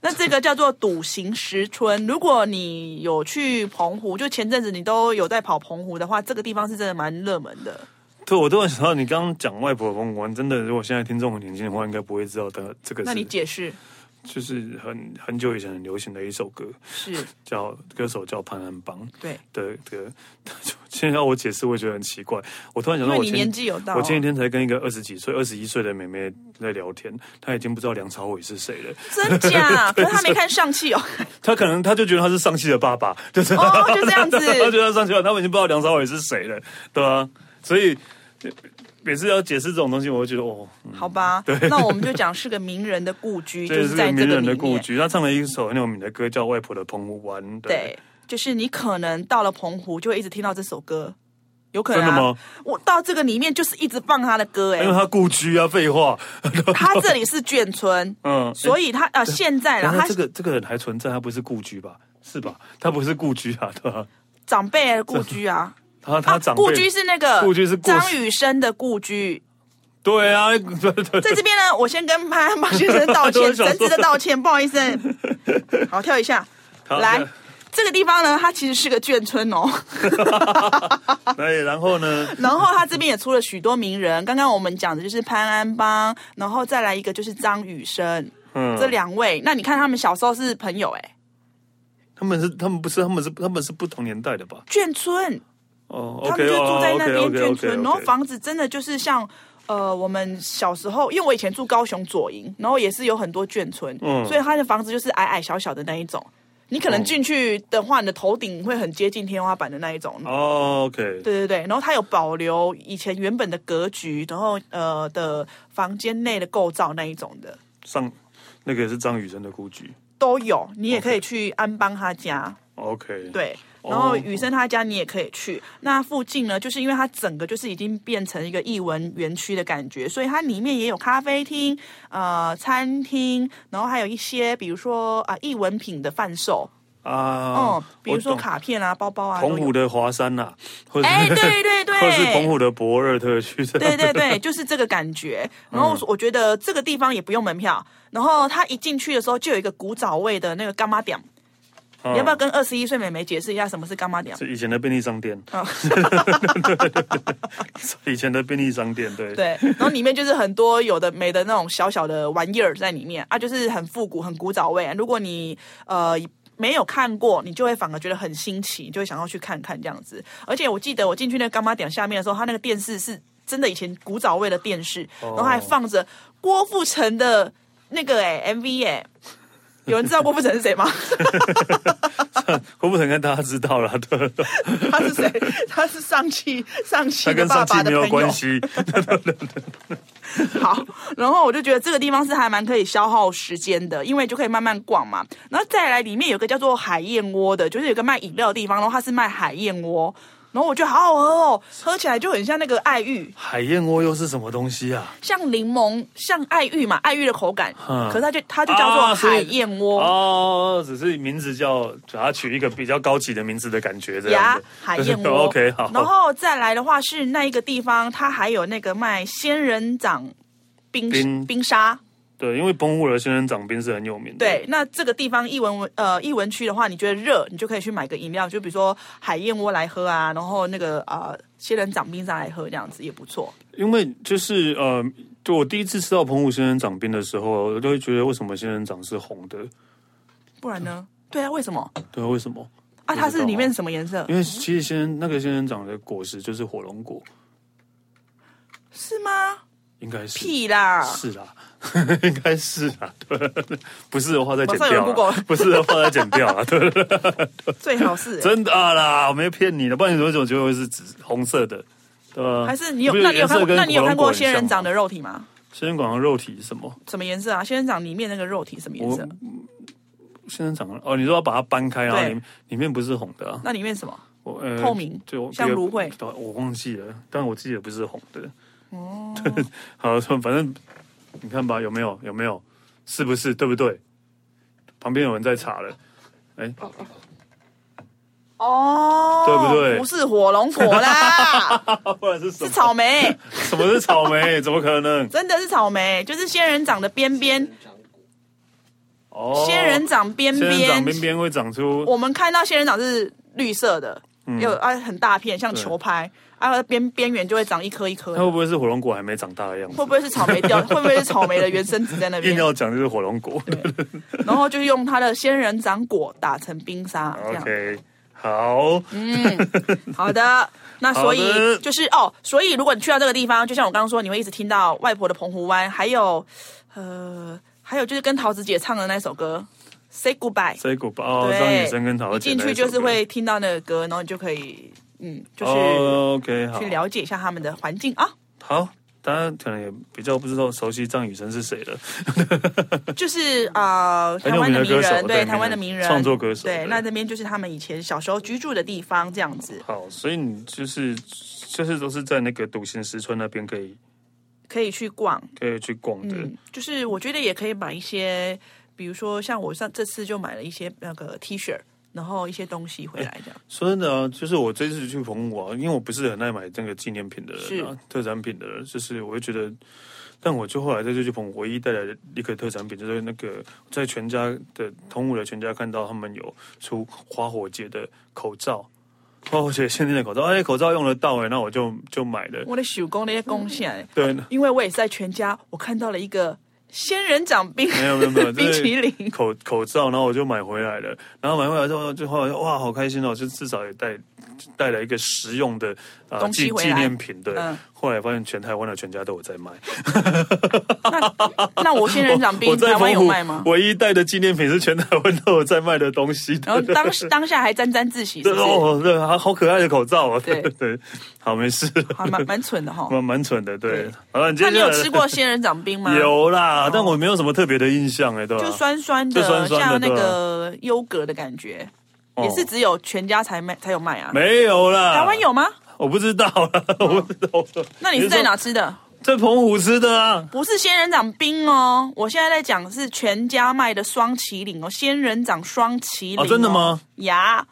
[SPEAKER 2] 那这个叫做笃行石村。如果你有去澎湖，就前阵子你都有在跑澎湖的话，这个地方是真的蛮热门的。
[SPEAKER 1] 对我突然想到，你刚刚讲外婆风光，真的，如果现在听众很年轻的话，应该不会知道的。这个
[SPEAKER 2] 那你
[SPEAKER 1] 是
[SPEAKER 2] 解释
[SPEAKER 1] 就是很很久以前很流行的一首歌，
[SPEAKER 2] 是
[SPEAKER 1] 叫歌手叫潘安邦
[SPEAKER 2] 对，
[SPEAKER 1] 的 歌。现在要我解释，我也觉得很奇怪。我突然想
[SPEAKER 2] 因
[SPEAKER 1] 到
[SPEAKER 2] 为
[SPEAKER 1] 我
[SPEAKER 2] 你
[SPEAKER 1] 前，
[SPEAKER 2] 年纪有到哦
[SPEAKER 1] 我前几天才跟一个二十几岁、二十一岁的妹妹在聊天，她已经不知道梁朝伟是谁了。
[SPEAKER 2] 真 假？可是他没看上气哦。
[SPEAKER 1] 她可能她就觉得他是上戏的爸爸，就是
[SPEAKER 2] 哦就这样子
[SPEAKER 1] 她觉得他上戏了，他们已经不知道梁朝伟是谁了，对啊，所以呃每次要解释这种东西，我就觉得哦。
[SPEAKER 2] 好吧，那我们就讲是个名人的故居，就
[SPEAKER 1] 这
[SPEAKER 2] 是
[SPEAKER 1] 是个
[SPEAKER 2] 在这
[SPEAKER 1] 名
[SPEAKER 2] 个
[SPEAKER 1] 人
[SPEAKER 2] 里
[SPEAKER 1] 的故
[SPEAKER 2] 面。
[SPEAKER 1] 居，他唱了一首很有名的歌，叫《外婆的澎湖湾》。
[SPEAKER 2] 对，就是你可能到了澎湖就会一直听到这首歌，有可能、
[SPEAKER 1] 真
[SPEAKER 2] 啊、
[SPEAKER 1] 的吗？
[SPEAKER 2] 我到这个里面就是一直放他的 歌、
[SPEAKER 1] 因为
[SPEAKER 2] 哎，
[SPEAKER 1] 他故居啊，废话。
[SPEAKER 2] 他这里是 眷村，
[SPEAKER 1] 嗯，
[SPEAKER 2] 所以他呃现在啦，
[SPEAKER 1] 然后
[SPEAKER 2] 他
[SPEAKER 1] 这个这个人还存在，他不是故居吧？是吧？他不是故居啊， 对吧？
[SPEAKER 2] 长辈的故居啊，
[SPEAKER 1] 他他
[SPEAKER 2] 啊
[SPEAKER 1] 长辈
[SPEAKER 2] 故居是那个
[SPEAKER 1] 故居是过世
[SPEAKER 2] 张雨生的 故居。
[SPEAKER 1] 对啊，对对
[SPEAKER 2] 在这边呢，我先跟潘马先生道
[SPEAKER 1] 我
[SPEAKER 2] 歉，
[SPEAKER 1] 想
[SPEAKER 2] 诚
[SPEAKER 1] 说
[SPEAKER 2] 挚的道歉，不好意思。好，跳一下，
[SPEAKER 1] 好
[SPEAKER 2] 来
[SPEAKER 1] 的。
[SPEAKER 2] 这个地方呢，它其实是个眷村哦。啊
[SPEAKER 1] 那也哎然后呢？
[SPEAKER 2] 然后它这边也出了许多名人，刚刚我们讲的就是潘安邦，然后再来一个就是张雨生，
[SPEAKER 1] 嗯，
[SPEAKER 2] 这两位。那你看他们小时候是朋友哎、
[SPEAKER 1] 他们是他们不是他们是他们是不同年代的吧？
[SPEAKER 2] 眷村，
[SPEAKER 1] 哦
[SPEAKER 2] 他
[SPEAKER 1] ，OK，
[SPEAKER 2] 们就住在那边
[SPEAKER 1] 哦
[SPEAKER 2] 眷
[SPEAKER 1] ，OK，OK，OK，OK
[SPEAKER 2] 村，然后房子真的就是像。呃，我们小时候，因为我以前住高雄左营，然后也是有很多眷村，
[SPEAKER 1] 嗯
[SPEAKER 2] 所以它的房子就是矮矮小小的那一种。你可能进去的话，你的头顶会很接近天花板的那一种。
[SPEAKER 1] 哦，OK，
[SPEAKER 2] 对对对，然后它有保留以前原本的格局，然后呃的房间内的构造那一种的
[SPEAKER 1] 上那个也是张雨生的故居
[SPEAKER 2] 都有，你也可以去安邦他家。
[SPEAKER 1] ，OK，，
[SPEAKER 2] 对，
[SPEAKER 1] 哦
[SPEAKER 2] 然后雨生他家你也可以去。那附近呢，就是因为它整个就是已经变成一个艺文园区的感觉，所以它里面也有咖啡厅、呃餐厅，然后还有一些比如说啊艺文品的贩售，
[SPEAKER 1] 啊，
[SPEAKER 2] 嗯，比如说
[SPEAKER 1] 我懂
[SPEAKER 2] 卡片啊、包包啊
[SPEAKER 1] 澎
[SPEAKER 2] 都
[SPEAKER 1] 湖
[SPEAKER 2] 有。
[SPEAKER 1] 的华山呐，或者
[SPEAKER 2] 哎，
[SPEAKER 1] 是
[SPEAKER 2] 对 对
[SPEAKER 1] 或是澎
[SPEAKER 2] 对。
[SPEAKER 1] 湖的博尔特区这样
[SPEAKER 2] 对对对，就是这个感觉。然后我觉得这个地方也不用门票。然后他一进去的时候，就有一个古早味的那个干妈点。
[SPEAKER 1] 嗯
[SPEAKER 2] 你要不要跟二十一岁妹妹解释一下什么是干妈点？
[SPEAKER 1] 是以前的便利商店，
[SPEAKER 2] 啊
[SPEAKER 1] 以前的便利商店，对，
[SPEAKER 2] 对，然后里面就是很多有的没的那种小小的玩意儿在里面啊，就是很复古、很古早味。啊如果你呃没有看过，你就会反而觉得很新奇，你就会想要去看看这样子。而且我记得我进去那个干妈点下面的时候，它那个电视是真的以前古早味的电视，然后还放着郭富城的那个哎、MV 哎、有人知道郭富城是谁吗？
[SPEAKER 1] 郭富城跟大家知道了，对，
[SPEAKER 2] 他是谁？他是上汽上汽
[SPEAKER 1] 他
[SPEAKER 2] 的
[SPEAKER 1] 跟
[SPEAKER 2] 爸
[SPEAKER 1] 上
[SPEAKER 2] 爸
[SPEAKER 1] 汽
[SPEAKER 2] 的
[SPEAKER 1] 没
[SPEAKER 2] 朋
[SPEAKER 1] 有
[SPEAKER 2] 友
[SPEAKER 1] 关。系，
[SPEAKER 2] 好，然后我就觉得这个地方是还蛮可以消耗时间的，因为就可以慢慢逛嘛。然后再来里面有个叫做海燕窝的，就是有个卖饮料的地方，然后它是卖海燕窝，然后我觉得好好喝哦，喝起来就很像那个爱玉，
[SPEAKER 1] 海燕窝又是什么东西啊？
[SPEAKER 2] 像柠檬，像爱玉嘛，爱玉的口感，
[SPEAKER 1] 嗯
[SPEAKER 2] 可是它就它就叫做
[SPEAKER 1] 啊所以
[SPEAKER 2] 海燕窝。
[SPEAKER 1] 哦，只是名字叫把它取一个比较高级的名字的感觉，这样
[SPEAKER 2] 呀
[SPEAKER 1] 子，
[SPEAKER 2] 海燕窝
[SPEAKER 1] OK，好，
[SPEAKER 2] 然后再来的话是那一个地方，它还有那个卖仙人掌冰
[SPEAKER 1] 冰
[SPEAKER 2] 冰沙，
[SPEAKER 1] 对，因为澎湖的仙人掌冰是很有名的，
[SPEAKER 2] 对，那这个地方艺文文呃艺文区的话，你觉得热，你就可以去买个饮料，就比如说海燕窝来喝啊，然后那个啊、呃仙人掌冰沙来喝，这样子也不错。
[SPEAKER 1] 因为就是呃，就我第一次吃到澎湖仙人掌冰的时候，我就会觉得为什么仙人掌是红的？
[SPEAKER 2] 不然呢？对啊，为什么
[SPEAKER 1] 对，为什么？
[SPEAKER 2] 啊？它
[SPEAKER 1] 不知
[SPEAKER 2] 是
[SPEAKER 1] 道
[SPEAKER 2] 里面什么颜色？
[SPEAKER 1] 因为其实仙人那个仙人掌的果实就是火龙果，
[SPEAKER 2] 是吗？
[SPEAKER 1] 应该是
[SPEAKER 2] 屁啊啦！
[SPEAKER 1] 是啦，应该是啦，对， 不是的话再剪
[SPEAKER 2] 马上有人
[SPEAKER 1] 掉啦
[SPEAKER 2] Google
[SPEAKER 1] 不是的话再剪掉啦，对，
[SPEAKER 2] 最好是、欸。
[SPEAKER 1] 真的啊啦，我没骗你的，不然你怎么觉得会是紫红色的？对吧？
[SPEAKER 2] 还是你有
[SPEAKER 1] 不
[SPEAKER 2] 那你有
[SPEAKER 1] 颜色
[SPEAKER 2] 看过
[SPEAKER 1] 跟
[SPEAKER 2] 那你有看
[SPEAKER 1] 火
[SPEAKER 2] 过
[SPEAKER 1] 龙果很
[SPEAKER 2] 仙人
[SPEAKER 1] 像
[SPEAKER 2] 掌
[SPEAKER 1] 吗
[SPEAKER 2] 的肉体吗？
[SPEAKER 1] 仙人掌的肉体是什么？
[SPEAKER 2] 什么颜色啊？仙人掌里面那个肉体什么颜色？
[SPEAKER 1] 仙人掌哦，你说要把它搬开，然后
[SPEAKER 2] 对
[SPEAKER 1] 里面里面不是红的啊，
[SPEAKER 2] 那里面什么？
[SPEAKER 1] 我呃
[SPEAKER 2] 透明
[SPEAKER 1] 就
[SPEAKER 2] 像芦荟，
[SPEAKER 1] 对我忘记了，但我记得不是红的。哦，对， 好，反正你看吧，有没有有没有，是不是对不对？旁边有人在查了，哎，
[SPEAKER 2] 哦，
[SPEAKER 1] 对不对
[SPEAKER 2] 不是火龙果 啦，
[SPEAKER 1] 不然是什
[SPEAKER 2] 是
[SPEAKER 1] 么？
[SPEAKER 2] 草莓。
[SPEAKER 1] 什么是草莓？怎么可 能？
[SPEAKER 2] 真的是草莓，就是仙人掌的边边，
[SPEAKER 1] 哦，
[SPEAKER 2] 仙人掌边
[SPEAKER 1] 仙人掌
[SPEAKER 2] 边。
[SPEAKER 1] 边边会长出，
[SPEAKER 2] 我们看到仙人掌是绿色的，
[SPEAKER 1] 嗯
[SPEAKER 2] 有啊很大片，像球拍，啊边边缘就会长一颗一颗
[SPEAKER 1] 它会
[SPEAKER 2] 的。
[SPEAKER 1] 不会是火龙果还没长大的样子
[SPEAKER 2] 会？不会是草莓 掉？会不会是草莓的原生子在那
[SPEAKER 1] 硬
[SPEAKER 2] 边？
[SPEAKER 1] 要讲就是火龙 果。
[SPEAKER 2] 然后就用它的仙人掌果打成冰沙，这样。嗯
[SPEAKER 1] OK，好，
[SPEAKER 2] 好的，那所以
[SPEAKER 1] 好的
[SPEAKER 2] 就是哦，所以如果你去到这个地方，就像我刚刚说，你会一直听到外婆的澎湖湾，还有呃，还有就是跟桃子姐唱的那首歌《Say Goodbye》。
[SPEAKER 1] 这一股包
[SPEAKER 2] 对
[SPEAKER 1] 哦张雨生跟陶
[SPEAKER 2] 一
[SPEAKER 1] 姐
[SPEAKER 2] 进
[SPEAKER 1] 那一
[SPEAKER 2] 去就
[SPEAKER 1] 首
[SPEAKER 2] 是
[SPEAKER 1] 歌
[SPEAKER 2] 会听到那个歌，然后你就可以嗯，就是
[SPEAKER 1] 哦，OK，好，
[SPEAKER 2] 去了解一下他们的环境 啊，
[SPEAKER 1] 好，大家可能也比较不知道熟悉张雨生是谁了，
[SPEAKER 2] 就是啊、呃
[SPEAKER 1] 很
[SPEAKER 2] 台
[SPEAKER 1] 有
[SPEAKER 2] 湾
[SPEAKER 1] 名
[SPEAKER 2] 的
[SPEAKER 1] 的
[SPEAKER 2] 名
[SPEAKER 1] 歌手
[SPEAKER 2] 人，
[SPEAKER 1] 对
[SPEAKER 2] 对台湾的名人
[SPEAKER 1] 创作歌手
[SPEAKER 2] 对
[SPEAKER 1] 对，
[SPEAKER 2] 那这边就是他们以前小时候居住的地方，这样子
[SPEAKER 1] 好，所以你就是就是都是在那个笃行石村那边可以
[SPEAKER 2] 可以去逛，
[SPEAKER 1] 可以去逛的，
[SPEAKER 2] 嗯，就是我觉得也可以买一些，比如说像我上这次就买了一些那个 T 恤，然后一些东西回来这样，
[SPEAKER 1] 说真的啊，就是我这次去澎湖啊，因为我不是很爱买那个纪念品的人啊，特产品的人，就是我会觉得但我就后来在这去澎湖唯一带来的一个特产品就是那个在全家的同武的全家看到他们有出花火节的口罩。花火节限定的口罩，哎、口罩用得到哎、那我就就买了。
[SPEAKER 2] 我的手工那些贡献，
[SPEAKER 1] 对，
[SPEAKER 2] 因为我也是在全家，我看到了一个仙人掌 冰
[SPEAKER 1] 没有没有 没有，
[SPEAKER 2] 冰淇淋，
[SPEAKER 1] 口口罩，然后我就买回来了。然后买回来之后，就后来哇，好开心哦！就至少也带带来一个实用的啊、
[SPEAKER 2] 东西
[SPEAKER 1] 纪
[SPEAKER 2] 回
[SPEAKER 1] 纪
[SPEAKER 2] 来
[SPEAKER 1] 念品的。
[SPEAKER 2] 嗯
[SPEAKER 1] 后来发现全台湾的全家都有在卖。
[SPEAKER 2] 那我仙人掌
[SPEAKER 1] 我
[SPEAKER 2] 冰
[SPEAKER 1] 在
[SPEAKER 2] 台湾有
[SPEAKER 1] 澎湖
[SPEAKER 2] 卖吗？
[SPEAKER 1] 唯一带的纪念品是全台湾都有在卖的东西。
[SPEAKER 2] 然后当 时当下还沾沾自喜，
[SPEAKER 1] 对
[SPEAKER 2] 是 不是？
[SPEAKER 1] 哦，对，好好可爱的口罩哦。
[SPEAKER 2] 对
[SPEAKER 1] 对，好没事，
[SPEAKER 2] 还蛮蛮蠢的哈。
[SPEAKER 1] 蛮蛮蠢的。对
[SPEAKER 2] 对，
[SPEAKER 1] 好了，你接
[SPEAKER 2] 那
[SPEAKER 1] 下
[SPEAKER 2] 你
[SPEAKER 1] 来
[SPEAKER 2] 有吃过仙人掌冰吗？， 哦
[SPEAKER 1] 有啊啦，但我没有什么特别的印象哎，对吧？
[SPEAKER 2] 就酸酸
[SPEAKER 1] 就酸
[SPEAKER 2] 的，
[SPEAKER 1] 酸的
[SPEAKER 2] 像那
[SPEAKER 1] 对啊
[SPEAKER 2] 个优格的感觉，
[SPEAKER 1] 哦
[SPEAKER 2] 也是只有全家才卖才有卖啊。
[SPEAKER 1] 没有啦，
[SPEAKER 2] 台湾有哦吗？
[SPEAKER 1] 我不知道啦，我不知道。
[SPEAKER 2] 那你是在哪吃的？
[SPEAKER 1] 在澎湖吃的啊，
[SPEAKER 2] 不是仙人掌冰哦，我现在在讲是全家卖的双麒麟哦，仙人掌双麒麟、
[SPEAKER 1] 哦真的吗？
[SPEAKER 2] 呀，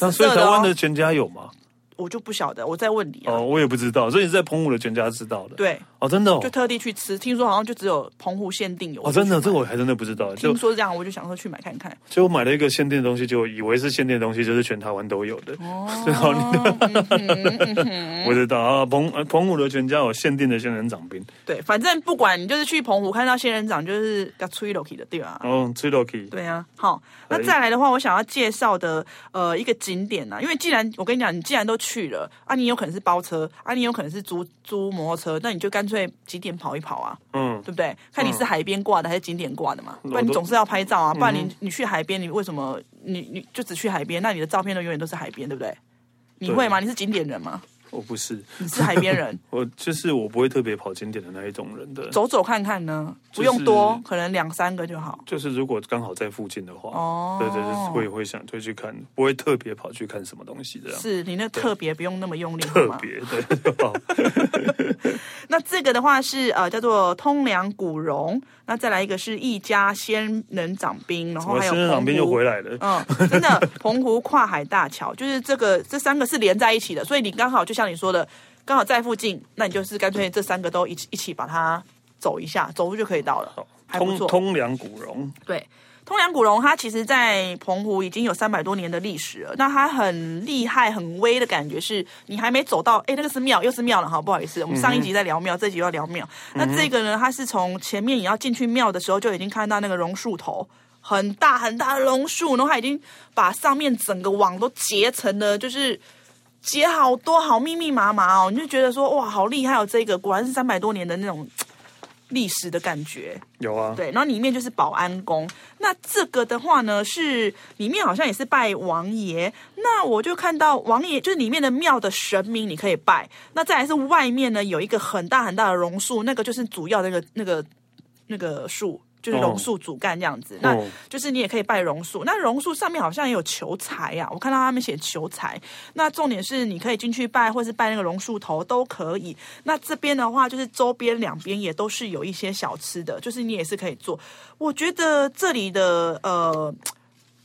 [SPEAKER 1] 那所以
[SPEAKER 2] 色的
[SPEAKER 1] 台
[SPEAKER 2] 哦
[SPEAKER 1] 湾的全家有吗？
[SPEAKER 2] 我就不晓得，我在问你啊。
[SPEAKER 1] 哦，我也不知道，所以你在澎湖的全家吃到的。，
[SPEAKER 2] 对，
[SPEAKER 1] 哦，真的哦
[SPEAKER 2] 就，特地去吃，听说好像就只有澎湖限定有。
[SPEAKER 1] 哦，真的，这我还真的不知道。就
[SPEAKER 2] 听说这样，我就想说去买看看。
[SPEAKER 1] 就我买了一个限定的东西，就以为是限定的东西，就是全台湾都有的。
[SPEAKER 2] 哦，嗯哼嗯哼
[SPEAKER 1] 不知道啊，澎呃澎湖的全家有限定的仙人掌冰，
[SPEAKER 2] 对，反正不管你就是去澎湖看到仙人掌，就是要吹 l o k 的对吧？
[SPEAKER 1] 然后哦吃 l o k
[SPEAKER 2] 对啊，好，
[SPEAKER 1] 哎
[SPEAKER 2] 那再来的话，我想要介绍的呃一个景点呢、啊，因为既然我跟你讲，你既然都去了啊，你有可能是包车啊，你有可能是租租摩托车，那你就干脆几点跑一跑啊，
[SPEAKER 1] 嗯，
[SPEAKER 2] 对不对？看你是海边挂的还是景点挂的嘛，不然你
[SPEAKER 1] 都嗯
[SPEAKER 2] 总是要拍照啊，不然你你去海边，你为什么你你就只去海边？那你的照片都永远都是海边，对不对？你
[SPEAKER 1] 对
[SPEAKER 2] 会吗？你是景点人吗？
[SPEAKER 1] 我不是，，
[SPEAKER 2] 你是海边人
[SPEAKER 1] 我就是我不会特别跑景点的那一种人的。
[SPEAKER 2] 走走看看呢，不
[SPEAKER 1] 就是
[SPEAKER 2] 用多，可能两三个就好。
[SPEAKER 1] 就是如果刚好在附近的话，
[SPEAKER 2] 哦
[SPEAKER 1] 对对对，会会想就去看，不会特别跑去看什么东西这样。
[SPEAKER 2] 是你那特别不用那么用力，好
[SPEAKER 1] 特
[SPEAKER 2] 吗
[SPEAKER 1] 别对， 哦好
[SPEAKER 2] 那这个的话是呃叫做通梁古榕，那再来一个是一家仙人掌冰，然后
[SPEAKER 1] 我
[SPEAKER 2] 还有
[SPEAKER 1] 身上两边就
[SPEAKER 2] 澎湖
[SPEAKER 1] 回来了。
[SPEAKER 2] 嗯，真的， 澎湖跨海大桥就是这个，这三个是连在一起的，所以你刚好就像你说的，刚好在附近，那你就是干脆这三个都一起一起把它走一下，走路就可以到了，还不
[SPEAKER 1] 哦通
[SPEAKER 2] 错。
[SPEAKER 1] 通梁古榕，
[SPEAKER 2] 对，通梁古榕它其实，在澎湖已经有三百多年的历史了。那它很厉害、很威的感觉是，你还没走到，哎，那个是庙，又是庙了哈，不好意思，我们上一集在聊庙，这集又要聊庙。那这个呢，它是从前面你要进去庙的时候，就已经看到那个榕树头。很大很大的榕树，然后它已经把上面整个网都结成了，就是结好多，好密密麻麻哦，你就觉得说哇，好厉害哦！这个果然是三百多年的那种嘖历史的感觉。
[SPEAKER 1] 有啊，
[SPEAKER 2] 对，然后里面就是保安宫。那这个的话呢，是里面好像也是拜王爷。那我就看到王爷就是里面的庙的神明，你可以拜。那再来是外面呢有一个很大很大的榕树，那个就是主要那个那个那个树。就是
[SPEAKER 1] 哦
[SPEAKER 2] 榕树主干这样子，那就是你也可以拜榕树。那榕树上面好像也有求财啊，我看到他们写求财。那重点是你可以进去拜，或是拜那个榕树头都可以。那这边的话，就是周边两边也都是有一些小吃的，就是你也是可以做。我觉得这里的呃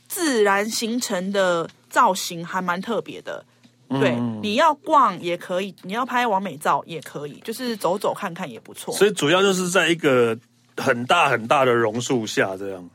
[SPEAKER 2] 自然形成的造型还蛮特别的。对，你要逛也可以，你要拍完美照也可以，就是走走看看也不错。
[SPEAKER 1] 所以主要就是在一个很大很大的榕树下这样，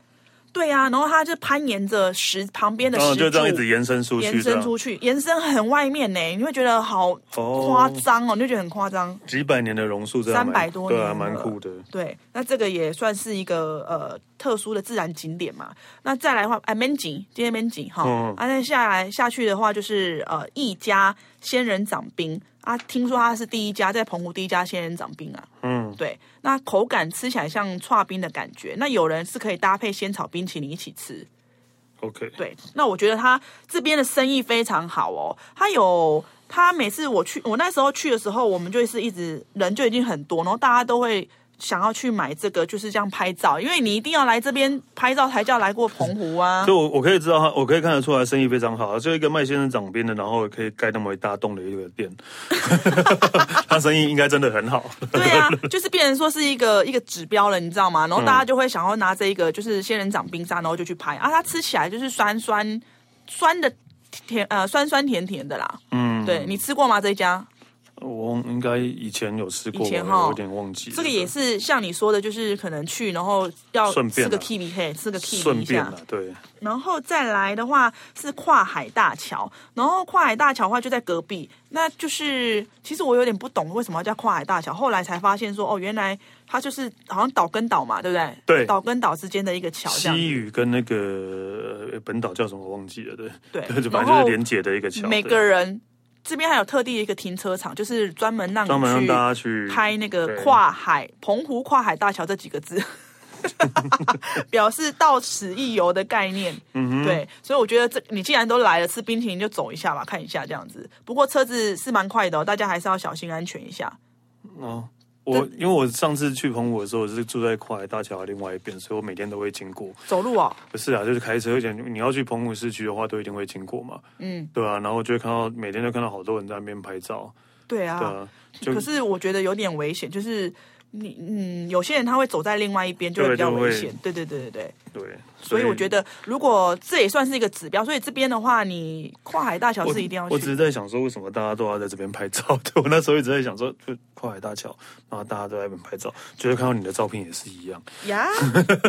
[SPEAKER 2] 对啊，然后它就攀岩着石旁边的
[SPEAKER 1] 然
[SPEAKER 2] 石
[SPEAKER 1] 后
[SPEAKER 2] 柱，
[SPEAKER 1] 哦就这样一直延伸出去，
[SPEAKER 2] 延
[SPEAKER 1] 这
[SPEAKER 2] 伸
[SPEAKER 1] 样
[SPEAKER 2] 出去，延伸很外面呢，你会觉得好
[SPEAKER 1] 哦
[SPEAKER 2] 夸张哦，你就觉得很夸张。
[SPEAKER 1] 几百年的榕树，这样蛮
[SPEAKER 2] 300多年
[SPEAKER 1] 对啊，
[SPEAKER 2] 了
[SPEAKER 1] 蛮酷的。
[SPEAKER 2] 对，那这个也算是一个呃特殊的自然景点嘛。那再来的话，哎 m a n 今天 m a n 景哈，
[SPEAKER 1] 嗯
[SPEAKER 2] 啊，那下来下去的话就是呃一家仙人掌冰啊，听说它是第一家在澎湖第一家仙人掌冰啊，
[SPEAKER 1] 嗯，
[SPEAKER 2] 对，那口感吃起来像串冰的感觉，那有人是可以搭配仙草冰淇淋一起吃，
[SPEAKER 1] OK，
[SPEAKER 2] 对，那我觉得他这边的生意非常好哦，他有。他每次我去，我那时候去的时候，我们就是一直人就已经很多，然后大家都会想要去买这个，就是这样拍照，因为你一定要来这边拍照才叫来过澎 湖啊
[SPEAKER 1] 所。以我我可以知道他，我可以看得出来生意非常好，啊就一个卖先生掌边的，然后可以盖那么一大栋的一个 店，他生意应该真的很好。
[SPEAKER 2] 对啊，就是变成说是一个一个指标了，你知道吗？然后大家就会想要拿这一个就是仙人掌冰沙，然后就去拍啊。它吃起来就是酸酸酸的甜呃酸酸甜甜的啦。嗯，对你吃过吗？这一家
[SPEAKER 1] 我应该以前有吃过，
[SPEAKER 2] 以前
[SPEAKER 1] 我
[SPEAKER 2] 哈
[SPEAKER 1] 有点忘记了。
[SPEAKER 2] 这个也是像你说的，就是可能去，然后要
[SPEAKER 1] 顺便啊
[SPEAKER 2] 吃个 k i w 嘿，吃个 k i w
[SPEAKER 1] 顺
[SPEAKER 2] 一
[SPEAKER 1] 便啊
[SPEAKER 2] 下
[SPEAKER 1] 了，，对，
[SPEAKER 2] 然后再来的话是跨海大桥，然后跨海大桥的话就在隔壁，那就是其实我有点不懂为什么要叫跨海大桥，后来才发现说哦，原来它就是好像岛跟岛嘛，对不对？
[SPEAKER 1] 对
[SPEAKER 2] 岛跟岛之间的一个桥这样。
[SPEAKER 1] 西屿跟那个呃本岛叫什么我忘记了，对，
[SPEAKER 2] 对
[SPEAKER 1] 对，
[SPEAKER 2] 然
[SPEAKER 1] 反正就
[SPEAKER 2] 后
[SPEAKER 1] 是连接的一个桥，
[SPEAKER 2] 每
[SPEAKER 1] 对
[SPEAKER 2] 个人这边还有特地一个停车场，就是专门让
[SPEAKER 1] 专门让
[SPEAKER 2] 你
[SPEAKER 1] 大
[SPEAKER 2] 去
[SPEAKER 1] 家去
[SPEAKER 2] 拍那个
[SPEAKER 1] 对
[SPEAKER 2] 跨海澎湖跨海大桥这几个字。 表示到此一游的概念，嗯、对，所以我觉得这你既然都来了，吃冰淇淋就走一下吧，看一下这样子。不过车子是蛮快的、哦，大家还是要小心安全一下。
[SPEAKER 1] 哦。我因为我上次去澎湖的时候，我是住在跨海大桥的另外一边，所以我每天都会经过。
[SPEAKER 2] 走路哦，
[SPEAKER 1] 不是啊，就是开车，而且你要去澎湖市区的话，都一定会经过嘛。
[SPEAKER 2] 嗯，
[SPEAKER 1] 对啊，然后就会看到每天都看到好多人在那边拍照。
[SPEAKER 2] 对啊，
[SPEAKER 1] 对啊，就
[SPEAKER 2] 可是我觉得有点危险，就是你嗯，有些人他会走在另外一边，就会
[SPEAKER 1] 对
[SPEAKER 2] 比较
[SPEAKER 1] 就
[SPEAKER 2] 危
[SPEAKER 1] 会
[SPEAKER 2] 险。对对对对对。
[SPEAKER 1] 对，
[SPEAKER 2] 所以我觉得，如果这也算是一个指标，所以这边的话，你跨海大桥
[SPEAKER 1] 我
[SPEAKER 2] 是一定要
[SPEAKER 1] 我只
[SPEAKER 2] 去。
[SPEAKER 1] 是在想说，为什么大家都要在这边拍照？ 对我那时候一直在想说，就跨海大桥，然后大家都在那边拍照，觉得看到你的照片也是一样。
[SPEAKER 2] 呀，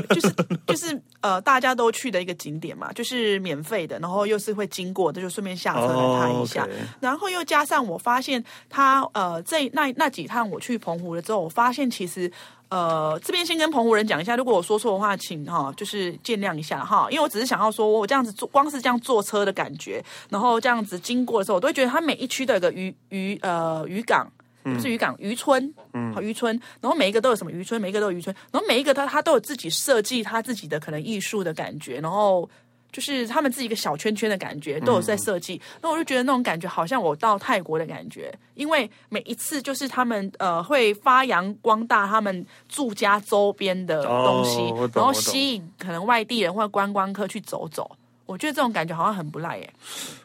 [SPEAKER 2] 就是就是呃，大家都去的一个景点嘛，就是免费的，然后又是会经过的，就顺便下车来看一下。
[SPEAKER 1] 哦 OK
[SPEAKER 2] 然后又加上我发现他呃，这那那几趟我去澎湖了之后，我发现其实。呃，这边先跟澎湖人讲一下，如果我说错的话，请哈、就是见谅一下哈，因为我只是想要说，我这样子坐，光是这样坐车的感觉，然后这样子经过的时候，我都会觉得它每一区都有个渔渔呃渔港，
[SPEAKER 1] 嗯
[SPEAKER 2] 不是渔港渔村，嗯，渔村，然后每一个都有什么渔村，每一个都有渔村，然后每一个它它都有自己设计它自己的可能艺术的感觉，然后就是他们自己一个小圈圈的感觉，都有
[SPEAKER 1] 嗯
[SPEAKER 2] 在设计。那、我就觉得那种感觉好像我到泰国的感觉，因为每一次就是他们呃会发扬光大他们住家周边的东西，
[SPEAKER 1] 哦我懂
[SPEAKER 2] 然后
[SPEAKER 1] 我懂
[SPEAKER 2] 吸引可能外地人或观光客去走走。我觉得这种感觉好像很不赖耶。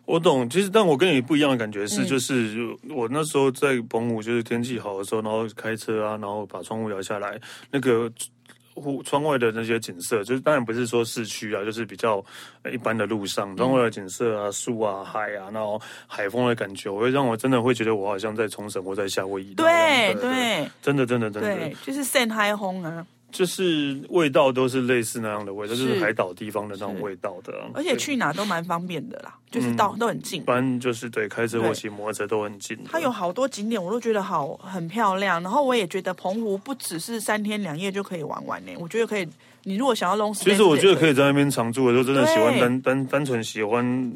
[SPEAKER 1] 我懂，其实但我跟你不一样的感觉
[SPEAKER 2] 嗯
[SPEAKER 1] 是，就是我那时候在澎湖，就是天气好的时候，然后开车啊，然后把窗户摇下来，那个户窗外的那些景色，就是当然不是说市区啊，就是比较呃一般的路
[SPEAKER 2] 嗯
[SPEAKER 1] 上，窗外的景色啊，树啊，海啊，然后海风的感觉，我会让我真的会觉得我好像在冲绳或在夏威夷那
[SPEAKER 2] 对
[SPEAKER 1] 样。
[SPEAKER 2] 对
[SPEAKER 1] 真的真的真的
[SPEAKER 2] 对，，就是扇嗨轰啊！
[SPEAKER 1] 就是味道都是类似那样的味道，就是是海岛地方的那种味道的啊、
[SPEAKER 2] 而且去哪都蛮方便的啦，
[SPEAKER 1] 嗯
[SPEAKER 2] 就是到、都很近
[SPEAKER 1] 一。般就是对开车
[SPEAKER 2] 对
[SPEAKER 1] 或骑摩托车都很近的。
[SPEAKER 2] 它有好多景点，我都觉得好很漂亮。然后我也觉得澎湖不只是三天两夜就可以玩完呢、我觉得可以。你如果想要 long stay，
[SPEAKER 1] 其实我觉得可
[SPEAKER 2] 以。
[SPEAKER 1] 以在那边常住的时候，真的
[SPEAKER 2] 对
[SPEAKER 1] 喜欢单单单纯喜欢，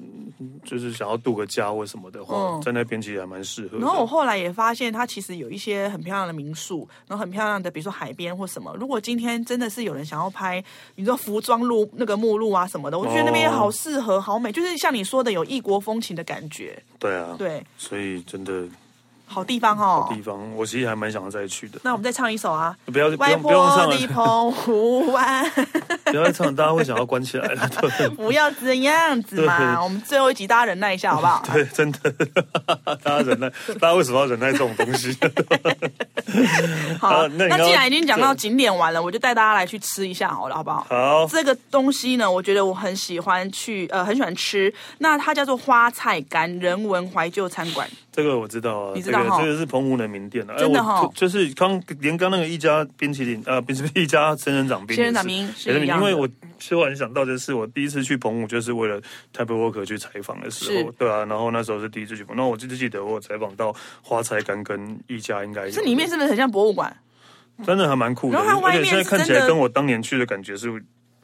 [SPEAKER 1] 就是想要度个假或什么的话，
[SPEAKER 2] 嗯
[SPEAKER 1] 在那边其实还蛮适合的。
[SPEAKER 2] 然后我后来也发现，它其实有一些很漂亮的民宿，然后很漂亮的，比如说海边或什么。如果今天真的是有人想要拍，你说服装路那个目录啊什么的，我就觉得那边也
[SPEAKER 1] 哦
[SPEAKER 2] 好适合，好美，就是像你说的有异国风情的感觉。
[SPEAKER 1] 对啊，
[SPEAKER 2] 对，
[SPEAKER 1] 所以真的
[SPEAKER 2] 好地方哦。
[SPEAKER 1] 地方，我其实还蛮想要再去的。
[SPEAKER 2] 那我们再唱一首啊，
[SPEAKER 1] 呃不要不
[SPEAKER 2] 歪
[SPEAKER 1] 用不用
[SPEAKER 2] 坡
[SPEAKER 1] 唱
[SPEAKER 2] 的
[SPEAKER 1] 了，
[SPEAKER 2] 澎湖湾。
[SPEAKER 1] 不要再唱了，大家会想要关起来了。对
[SPEAKER 2] 不要这样子嘛！
[SPEAKER 1] 对
[SPEAKER 2] 我们最后一集大家忍耐一下，好不好？
[SPEAKER 1] 对，真的，大家忍耐，大家为什么要忍耐这种东西？
[SPEAKER 2] 好，
[SPEAKER 1] 啊那你
[SPEAKER 2] 那
[SPEAKER 1] 刚刚
[SPEAKER 2] 既然已经讲到景点完了，我就带大家来去吃一下好了，好不好？
[SPEAKER 1] 好，
[SPEAKER 2] 这个东西呢，我觉得我很喜欢去，呃，很喜欢吃。那它叫做花菜干人文怀旧餐馆，
[SPEAKER 1] 这个我知道啊，
[SPEAKER 2] 你知道
[SPEAKER 1] 这
[SPEAKER 2] 哈
[SPEAKER 1] 个这个是澎湖的名店啊，哎
[SPEAKER 2] 真的
[SPEAKER 1] 我
[SPEAKER 2] 哈
[SPEAKER 1] 就就是刚连刚那个一家冰淇淋，呃，不是一家仙人掌冰，
[SPEAKER 2] 仙人掌冰是
[SPEAKER 1] 也
[SPEAKER 2] 一样
[SPEAKER 1] 因
[SPEAKER 2] 的
[SPEAKER 1] 为我突然想到，就是我第一次去澎湖，就是为了 t y p e Work 去采访的时候
[SPEAKER 2] 是，
[SPEAKER 1] 对啊，然后那时候是第一次去澎湖，那我就记得我有采访到花菜干跟一家应该有
[SPEAKER 2] 这里面是不是很像博物馆？
[SPEAKER 1] 真的还蛮酷的，
[SPEAKER 2] 然后它外
[SPEAKER 1] 而且
[SPEAKER 2] 面
[SPEAKER 1] 现在
[SPEAKER 2] 是
[SPEAKER 1] 看起
[SPEAKER 2] 真的
[SPEAKER 1] 来跟我当年去的感觉是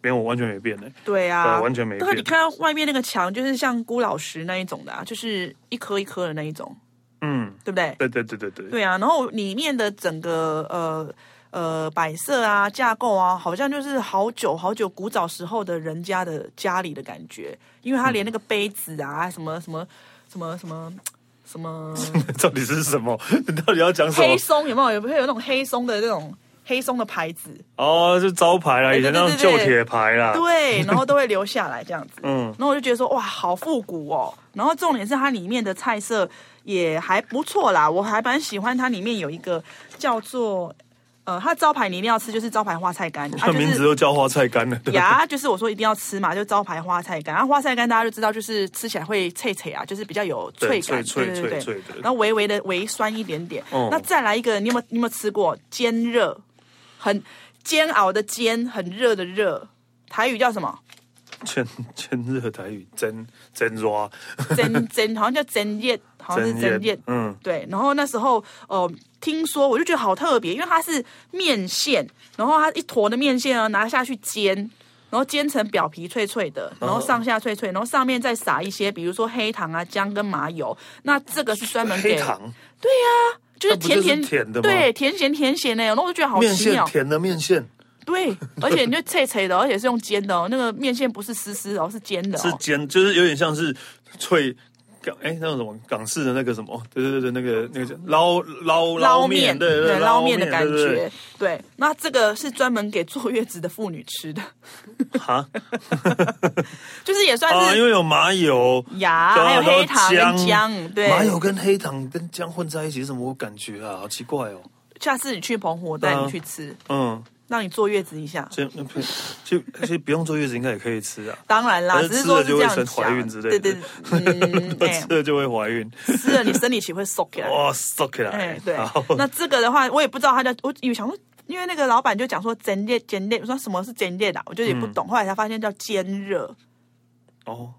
[SPEAKER 1] 没有完全没变的、
[SPEAKER 2] 对啊，
[SPEAKER 1] 对完全没
[SPEAKER 2] 但是你
[SPEAKER 1] 变
[SPEAKER 2] 看到外面那个墙，就是像孤老石那一种的、啊，就是一颗一颗的那一种，
[SPEAKER 1] 嗯，
[SPEAKER 2] 对不对？
[SPEAKER 1] 对对对对对，
[SPEAKER 2] 对啊，然后里面的整个呃呃摆设啊、架构啊，好像就是好久好久古早时候的人家的家里的感觉，因为他连那个杯子啊、什么什么什么什么 什么
[SPEAKER 1] 到底是什么？ 你到底要讲什么
[SPEAKER 2] 黑？松有没有？有没有那种黑松的那种黑松的牌子？
[SPEAKER 1] 哦，就招牌啦，
[SPEAKER 2] 对
[SPEAKER 1] 以前
[SPEAKER 2] 对
[SPEAKER 1] 那
[SPEAKER 2] 对
[SPEAKER 1] 种
[SPEAKER 2] 对
[SPEAKER 1] 旧
[SPEAKER 2] 对
[SPEAKER 1] 铁牌啦，
[SPEAKER 2] 对，然后都会留下来这样子。
[SPEAKER 1] 嗯。
[SPEAKER 2] 然后我就觉得说，哇，好复古哦。然后重点是它里面的菜色也还不错啦，我还蛮喜欢它里面有一个叫做呃，它的招牌你一定要吃，就是招牌花菜干，它、啊
[SPEAKER 1] 那
[SPEAKER 2] 就
[SPEAKER 1] 名字
[SPEAKER 2] 是
[SPEAKER 1] 都叫花菜干了，对吧？
[SPEAKER 2] 呀，就是我说一定要吃嘛，就招牌花菜干。然啊后花菜干大家就知道，就是吃起来会脆脆啊，就是比较有
[SPEAKER 1] 对
[SPEAKER 2] 脆感，
[SPEAKER 1] 脆脆
[SPEAKER 2] 对对对
[SPEAKER 1] 脆脆的
[SPEAKER 2] 然后微微的微酸一点点。
[SPEAKER 1] 哦
[SPEAKER 2] 那再来一个，你有没有你有没有吃过煎热？很煎熬的煎，很热的热，台语叫什么？
[SPEAKER 1] 千千热台语真真抓
[SPEAKER 2] 蒸 蒸，好像叫蒸叶，好像哦是蒸叶
[SPEAKER 1] 啊腌。，嗯，
[SPEAKER 2] 对，然后那时候呃，听说我就觉得好特别，因为它是面线，然后它一坨的面线啊，拿下去煎，然后煎成表皮脆脆的，
[SPEAKER 1] 嗯
[SPEAKER 2] 然后上下脆脆，然后上面再撒一些，比如说黑糖啊、姜跟麻油。那这个是专门
[SPEAKER 1] 黑
[SPEAKER 2] 给，
[SPEAKER 1] 糖
[SPEAKER 2] 就是甜
[SPEAKER 1] 那不就是甜的吗
[SPEAKER 2] 对，甜咸甜咸的，然后我就觉得好
[SPEAKER 1] 面
[SPEAKER 2] 奇
[SPEAKER 1] 线
[SPEAKER 2] 妙，
[SPEAKER 1] 甜的面线
[SPEAKER 2] 对，而且你就脆脆的，而且是用煎的哦，那个面线不是丝丝的哦，是煎的、哦，
[SPEAKER 1] 是煎，就是有点像是脆。港哎，那种什么港式的那个什么，对对对对，那个那个叫捞捞
[SPEAKER 2] 捞面，
[SPEAKER 1] 对对对
[SPEAKER 2] 捞面的感。
[SPEAKER 1] 对对
[SPEAKER 2] 觉。对，那这个是专门给坐月子的妇女吃的，
[SPEAKER 1] 对哈
[SPEAKER 2] 就是也算
[SPEAKER 1] 啊，因
[SPEAKER 2] 是
[SPEAKER 1] 为有麻油，
[SPEAKER 2] 牙，还有黑糖
[SPEAKER 1] 然后
[SPEAKER 2] 跟姜，对。
[SPEAKER 1] 麻油跟黑糖跟姜混在一起，什么感觉啊？好奇怪哦。
[SPEAKER 2] 下次你去澎湖，我带你去吃，
[SPEAKER 1] 嗯，
[SPEAKER 2] 让你坐月子一下。
[SPEAKER 1] 这那不就其实不用坐月子应该也可以吃啊，
[SPEAKER 2] 当然啦，
[SPEAKER 1] 但是
[SPEAKER 2] 只是
[SPEAKER 1] 吃
[SPEAKER 2] 说
[SPEAKER 1] 了
[SPEAKER 2] 是
[SPEAKER 1] 就
[SPEAKER 2] 这
[SPEAKER 1] 会
[SPEAKER 2] 样
[SPEAKER 1] 生
[SPEAKER 2] 讲，
[SPEAKER 1] 怀孕之类的
[SPEAKER 2] 对对，嗯， 哎
[SPEAKER 1] 吃了就会怀孕。
[SPEAKER 2] 吃了你生理期会缩起来。
[SPEAKER 1] 哇，收起来
[SPEAKER 2] 哎，，对
[SPEAKER 1] 哦好，
[SPEAKER 2] 那这个的话，我也不知道它叫，我以为想说，因为那个老板就讲说煎烈煎烈，我说什么是煎烈的啊，我就也不
[SPEAKER 1] 嗯
[SPEAKER 2] 懂，后来才发现叫煎热，
[SPEAKER 1] 哦，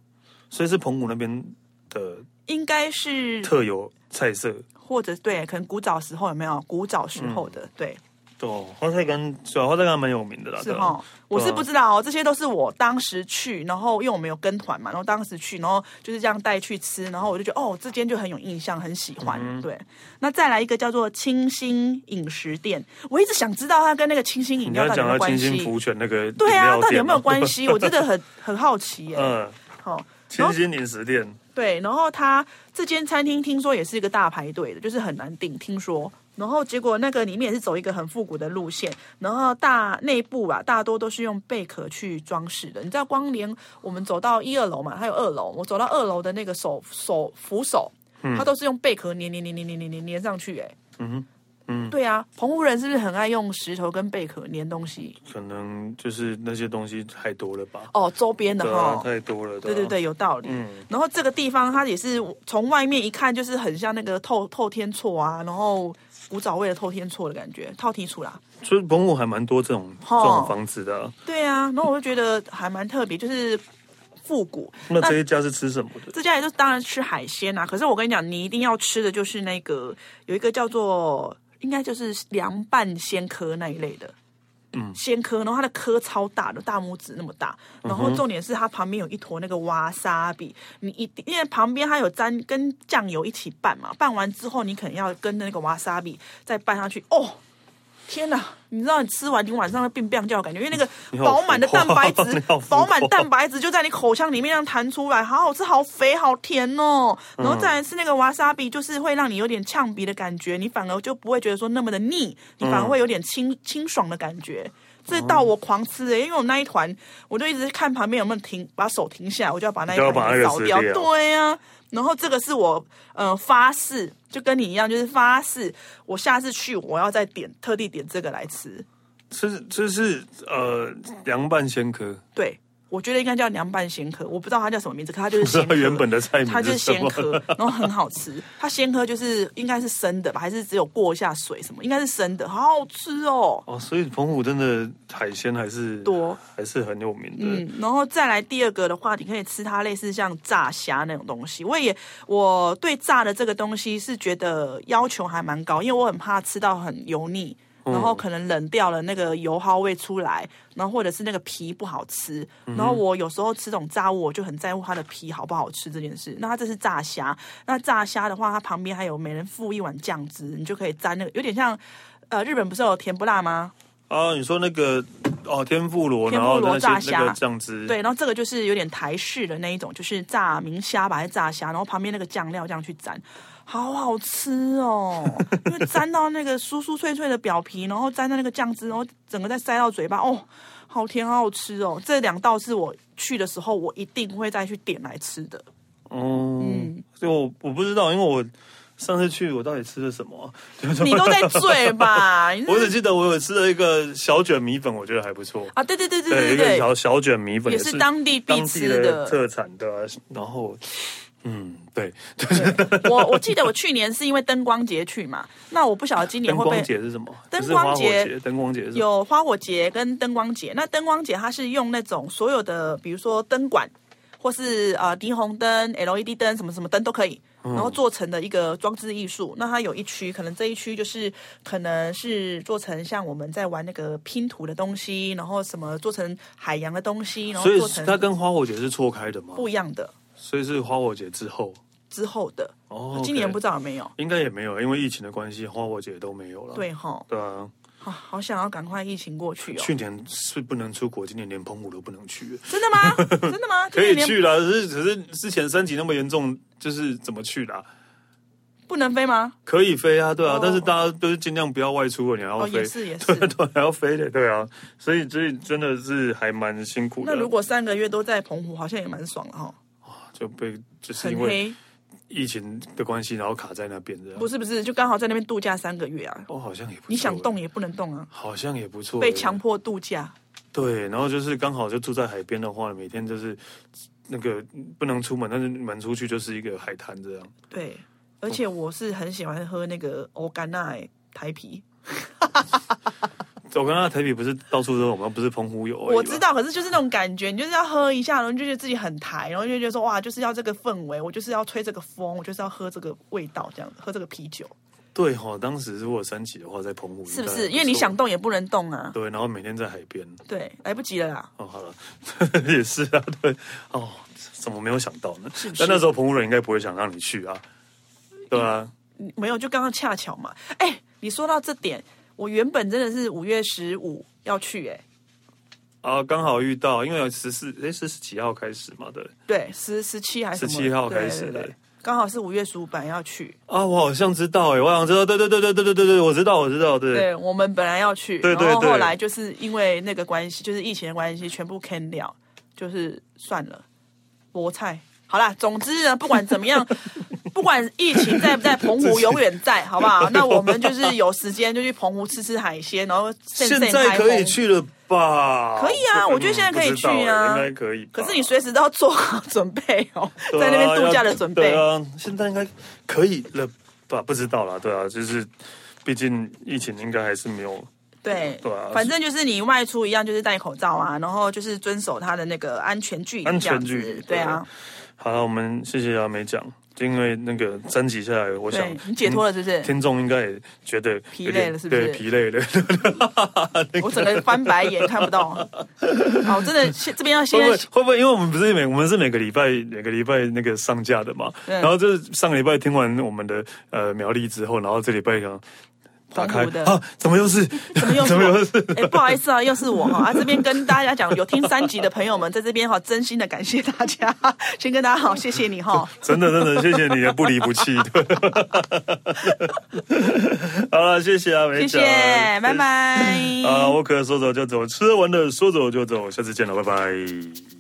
[SPEAKER 1] 所以是澎湖那边的
[SPEAKER 2] 应该是
[SPEAKER 1] 特有菜色。
[SPEAKER 2] 或者对，可能古早时候有没有？古早时候的，对，
[SPEAKER 1] 哦，花菜干，对啊，花菜干蛮有名嗯的啦。
[SPEAKER 2] 是
[SPEAKER 1] 对啊
[SPEAKER 2] 哈，我是不知道哦，这些都是我当时去，然后因为我们有跟团嘛，然后当时去，然后就是这样带去吃，然后我就觉得哦，这间就很有印象，很喜欢。
[SPEAKER 1] 嗯
[SPEAKER 2] 对，那再来一个叫做清新饮食店，我一直想知道它跟那个清新饮
[SPEAKER 1] 你
[SPEAKER 2] 料
[SPEAKER 1] 要
[SPEAKER 2] 到底有
[SPEAKER 1] 讲
[SPEAKER 2] 没有
[SPEAKER 1] 到
[SPEAKER 2] 关
[SPEAKER 1] 清新
[SPEAKER 2] 系。
[SPEAKER 1] 福泉那个
[SPEAKER 2] 对
[SPEAKER 1] 饮
[SPEAKER 2] 啊，
[SPEAKER 1] 料
[SPEAKER 2] 到底有没
[SPEAKER 1] 店
[SPEAKER 2] 有
[SPEAKER 1] 啊
[SPEAKER 2] 关？系？我真的很 很好奇耶、
[SPEAKER 1] 嗯，
[SPEAKER 2] 好、然
[SPEAKER 1] 清
[SPEAKER 2] 后
[SPEAKER 1] 新饮食店
[SPEAKER 2] 对，然后他这间餐厅听说也是一个大排队的，就是很难订，听说。然后结果那个里面也是走一个很复古的路线，然后大内部啊，大多都是用贝壳去装饰的。你知道，光连我们走到一二楼嘛，它有二楼，我走到二楼的那个手手扶手，它都是用贝壳粘粘粘粘粘粘粘粘上去、欸，哎，
[SPEAKER 1] 嗯
[SPEAKER 2] 嗯，对啊，澎湖人是不是很爱用石头跟贝壳粘东西？
[SPEAKER 1] 可能就是那些东西太多了吧？
[SPEAKER 2] 哦，周边的
[SPEAKER 1] 对
[SPEAKER 2] 哈、
[SPEAKER 1] 啊，太多了。
[SPEAKER 2] 对对
[SPEAKER 1] 啊，
[SPEAKER 2] 对，有道理。
[SPEAKER 1] 嗯
[SPEAKER 2] 然后这个地方它也是从外面一看，就是很像那个透透天厝啊，然后古早味的透天厝的感觉，套题厝啦。
[SPEAKER 1] 所以澎湖还蛮多这种这
[SPEAKER 2] 哦
[SPEAKER 1] 种房子的啊。
[SPEAKER 2] 对啊，然后我就觉得还蛮特别，就是复古。
[SPEAKER 1] 那这一家是吃什么的？
[SPEAKER 2] 这家也就当然吃海鲜啊啦、可是我跟你讲，你一定要吃的就是那个有一个叫做应该就是凉拌鲜科那一类的。嗯，鲜科，然后它的科超大的，大拇指那么大。
[SPEAKER 1] 嗯
[SPEAKER 2] 然后重点是它旁边有一坨那个瓦萨比，你一定因为旁边它有沾跟酱油一起拌嘛，拌完之后你可能要跟那个瓦萨比再拌上去。哦，天哪！你知道你吃完你晚上会变变叫的感觉，因为那
[SPEAKER 1] 你
[SPEAKER 2] 个
[SPEAKER 1] 好
[SPEAKER 2] 饱满的
[SPEAKER 1] 浮夸
[SPEAKER 2] 蛋白 质
[SPEAKER 1] 你好浮，
[SPEAKER 2] 饱满
[SPEAKER 1] 夸
[SPEAKER 2] 蛋白质就在你口腔里面这样弹出来，好好吃，好肥，好甜哦。
[SPEAKER 1] 嗯
[SPEAKER 2] 然后再来吃那个瓦萨比，就是会让你有点呛鼻的感觉，你反而就不会觉得说那么的腻，
[SPEAKER 1] 嗯
[SPEAKER 2] 你反而会有点清、清爽的感觉。这道我狂吃的、因为我们那一团，我就一直看旁边有没有停，把手停下来，我就要把那一
[SPEAKER 1] 就要
[SPEAKER 2] 团
[SPEAKER 1] 把
[SPEAKER 2] 给
[SPEAKER 1] 那个
[SPEAKER 2] 扫
[SPEAKER 1] 撕
[SPEAKER 2] 掉。
[SPEAKER 1] 掉
[SPEAKER 2] 对呀、然后这个是我呃发誓，就跟你一样，就是发誓，我下次去我要再点特地点这个来吃。
[SPEAKER 1] 这这是呃凉拌鲜科，
[SPEAKER 2] 对，我觉得应该叫凉拌鲜壳，我不知道它叫什么名字，可它就是
[SPEAKER 1] 是
[SPEAKER 2] 鲜
[SPEAKER 1] 它
[SPEAKER 2] 壳。
[SPEAKER 1] 原本的菜名
[SPEAKER 2] 它就是是
[SPEAKER 1] 什
[SPEAKER 2] 鲜
[SPEAKER 1] 么？
[SPEAKER 2] 壳，然后很好吃。它鲜壳就是应该是生的吧，还是只有过一下水什么？应该是生的，好好吃哦。
[SPEAKER 1] 哦，所以澎湖真的海鲜还是
[SPEAKER 2] 多，
[SPEAKER 1] 还是很有名的。
[SPEAKER 2] 嗯，然后再来第二个的话，你可以吃它类似像炸虾那种东西。我也我对炸的这个东西是觉得要求还蛮高，因为我很怕吃到很油腻，然后可能冷掉了那个油耗味出来，然后或者是那个皮不好吃。然后我有时候吃这种炸物，我就很在乎它的皮好不好吃这件事。那它这是炸虾，那炸虾的话，它旁边还有每人附一碗酱汁，你就可以沾那个，有点像呃日本不是有甜不辣吗？
[SPEAKER 1] 啊，你说那个哦，天妇罗，
[SPEAKER 2] 天
[SPEAKER 1] 然
[SPEAKER 2] 妇罗
[SPEAKER 1] 后那
[SPEAKER 2] 炸
[SPEAKER 1] 些
[SPEAKER 2] 虾
[SPEAKER 1] 那个酱汁，
[SPEAKER 2] 对，然后这个就是有点台式的那一种，就是炸明虾吧，还是炸虾，然后旁边那个酱料这样去沾，好好吃哦！因为沾到那个酥酥脆脆的表皮，然后沾到那个酱汁，然后整个再塞到嘴巴，哦，好甜，好好吃哦！这两道是我去的时候我一定会再去点来吃的。嗯
[SPEAKER 1] 哦，就我我不知道，因为我上次去我到底吃了什么啊？
[SPEAKER 2] 你都在醉 吧？你是
[SPEAKER 1] 我只记得我有吃了一个小卷米粉，我觉得还不错。
[SPEAKER 2] 啊，对对对对
[SPEAKER 1] 对，
[SPEAKER 2] 对
[SPEAKER 1] 一个小小卷米粉
[SPEAKER 2] 也是当地必
[SPEAKER 1] 当地
[SPEAKER 2] 吃
[SPEAKER 1] 的
[SPEAKER 2] 的。
[SPEAKER 1] 特产的啊、然后，嗯，对，
[SPEAKER 2] 我我记得我去年是因为灯光节去嘛，那我不晓得今年
[SPEAKER 1] 灯
[SPEAKER 2] 会不
[SPEAKER 1] 光
[SPEAKER 2] 会
[SPEAKER 1] 节是什么？
[SPEAKER 2] 灯
[SPEAKER 1] 不是花火
[SPEAKER 2] 光节
[SPEAKER 1] 节，灯光节是什么
[SPEAKER 2] 有花火节跟灯光节。那灯光节它是用那种所有的，比如说灯管或是呃霓虹灯、LED 灯什么什么灯都可以，
[SPEAKER 1] 嗯
[SPEAKER 2] 然后做成的一个装置艺术。那它有一区，可能这一区就是可能是做成像我们在玩那个拼图的东西，然后什么做成海洋的东西，然后
[SPEAKER 1] 所以
[SPEAKER 2] 做成
[SPEAKER 1] 它跟花火节是错开的嘛？
[SPEAKER 2] 不一样的
[SPEAKER 1] 所以是花火节之后
[SPEAKER 2] 之后的。
[SPEAKER 1] 哦。OK
[SPEAKER 2] 今年不知道有没有。
[SPEAKER 1] 应该也没有，因为疫情的关系，花火节都没有了。
[SPEAKER 2] 对哈、
[SPEAKER 1] 对啊，
[SPEAKER 2] 啊，好想要赶快疫情过去哦！
[SPEAKER 1] 去年是不能出国，今年连澎湖都不能去。
[SPEAKER 2] 真的吗？真的吗？
[SPEAKER 1] 可以
[SPEAKER 2] 今年
[SPEAKER 1] 去啦，只是只是之前三级那么严重，就是怎么去啦？
[SPEAKER 2] 不能飞吗？
[SPEAKER 1] 可以飞啊，对啊，
[SPEAKER 2] 哦
[SPEAKER 1] 但是大家都是尽量不要外出了，你还要
[SPEAKER 2] 哦，
[SPEAKER 1] 飞，
[SPEAKER 2] 也是也是
[SPEAKER 1] 对。对，还要飞的，对啊，所以所以真的是还蛮辛苦的。
[SPEAKER 2] 那如果三个月都在澎湖，好像也蛮爽的哈，
[SPEAKER 1] 就被就是
[SPEAKER 2] 很
[SPEAKER 1] 因为
[SPEAKER 2] 黑，
[SPEAKER 1] 疫情的关系，然后卡在那边这样
[SPEAKER 2] 不，是不是，就刚好在那边度假三个月啊，
[SPEAKER 1] 哦，好像也不错
[SPEAKER 2] 你想动，也不能动啊，
[SPEAKER 1] 好像也不错，欸
[SPEAKER 2] 被强迫度假，
[SPEAKER 1] 对，然后就是刚好就住在海边的话，每天就是那个不能出门，但是门出去就是一个海滩这样。
[SPEAKER 2] 对，而且我是很喜欢喝那个欧甘奈台啤，
[SPEAKER 1] 我跟他台北不是到处都有，我们不是澎湖有，
[SPEAKER 2] 我知。道，可是就是那种感觉，你就是要喝一下，然后你就觉得自己很台，然后就觉得说哇，就是要这个氛围，我就是要吹这个风，我就是要喝这个味道，这样喝这个啤酒，
[SPEAKER 1] 对哈、当时如果三级的话，在澎湖
[SPEAKER 2] 是
[SPEAKER 1] 应
[SPEAKER 2] 不
[SPEAKER 1] 该
[SPEAKER 2] 是？
[SPEAKER 1] 还
[SPEAKER 2] 因为你
[SPEAKER 1] 错
[SPEAKER 2] 想动也不能动啊，
[SPEAKER 1] 对，然后每天在海边。
[SPEAKER 2] 对，来不及了啦。
[SPEAKER 1] 哦，好了， 也是啊，对，哦，怎么没有想到呢？
[SPEAKER 2] 是不是
[SPEAKER 1] 但那时候澎湖人应该不会想让你去啊，对
[SPEAKER 2] 嗯
[SPEAKER 1] 啊，
[SPEAKER 2] 没有，就刚刚恰巧嘛。哎、你说到这点，我原本真的是五月十五要去、哎，
[SPEAKER 1] 啊，刚好遇到，因为有十四，哎，是十几号开始嘛，对，
[SPEAKER 2] 对，十十七还是什么
[SPEAKER 1] 17号开始
[SPEAKER 2] 对对对
[SPEAKER 1] 对
[SPEAKER 2] 刚好是五月十五本来要去，
[SPEAKER 1] 啊，我好像知道，哎，我好像知道，对对对对对对对对，我知道，我知道，对，
[SPEAKER 2] 对我们本来要去，
[SPEAKER 1] 对对
[SPEAKER 2] 然后
[SPEAKER 1] 对
[SPEAKER 2] 后来就是因为那个关系，就是疫情的关系，全部 can 掉，就是算了，菠菜。好啦，总之呢，不管怎 么样，不管疫情在不在，澎湖永远在，好 不好？那我们就是有时间就去澎湖吃吃海鲜，然后现
[SPEAKER 1] 现在可以，去了吧？
[SPEAKER 2] 可以啊
[SPEAKER 1] 这个
[SPEAKER 2] 我觉得现在可以去啊
[SPEAKER 1] 不知道哎应该可以吧。
[SPEAKER 2] 可是你随时都要做好准备哦，
[SPEAKER 1] 对
[SPEAKER 2] 在
[SPEAKER 1] 啊
[SPEAKER 2] 那边度假的准备。
[SPEAKER 1] 要对啊，现在应该可以了吧？不知道啦，对啊，就是毕竟疫情应该还是没有。
[SPEAKER 2] 对
[SPEAKER 1] 对啊
[SPEAKER 2] 反正就是你外出一样，就是戴口罩啊，然后就是遵守它的那个安全距离，
[SPEAKER 1] 安全距离
[SPEAKER 2] 这样子对啊，
[SPEAKER 1] 好了，我们谢谢阿美讲，因为那个征集下来，我想
[SPEAKER 2] 对你解脱了是不是？
[SPEAKER 1] 听众应该也觉得
[SPEAKER 2] 疲
[SPEAKER 1] 有点
[SPEAKER 2] 累了是不是
[SPEAKER 1] 对，疲累了。
[SPEAKER 2] 我整个翻白眼看不 到。好，真的，现这边要
[SPEAKER 1] 会
[SPEAKER 2] 先
[SPEAKER 1] 不会会不会？因为我们不是每我们是每个礼拜每个礼拜那个上架的嘛，
[SPEAKER 2] 对
[SPEAKER 1] 然后就是上个礼拜听完我们的呃苗栗之后，然后这礼拜想打开
[SPEAKER 2] 澎湖的
[SPEAKER 1] 啊，怎么又 是怎
[SPEAKER 2] 么又是
[SPEAKER 1] 怎
[SPEAKER 2] 我
[SPEAKER 1] 么又是？
[SPEAKER 2] 哎、不好意思啊，又是我哈啊！这边跟大家讲，有听三集的朋友们，在这边哈，真心的感谢大家，先跟大家好，谢谢你哈。
[SPEAKER 1] 真的真的，谢谢你的不离不弃。 对好了，谢谢啊，梅姐，
[SPEAKER 2] 谢谢，拜拜。
[SPEAKER 1] 啊，我可说走就走，吃完了说走就走，下次见了，拜拜。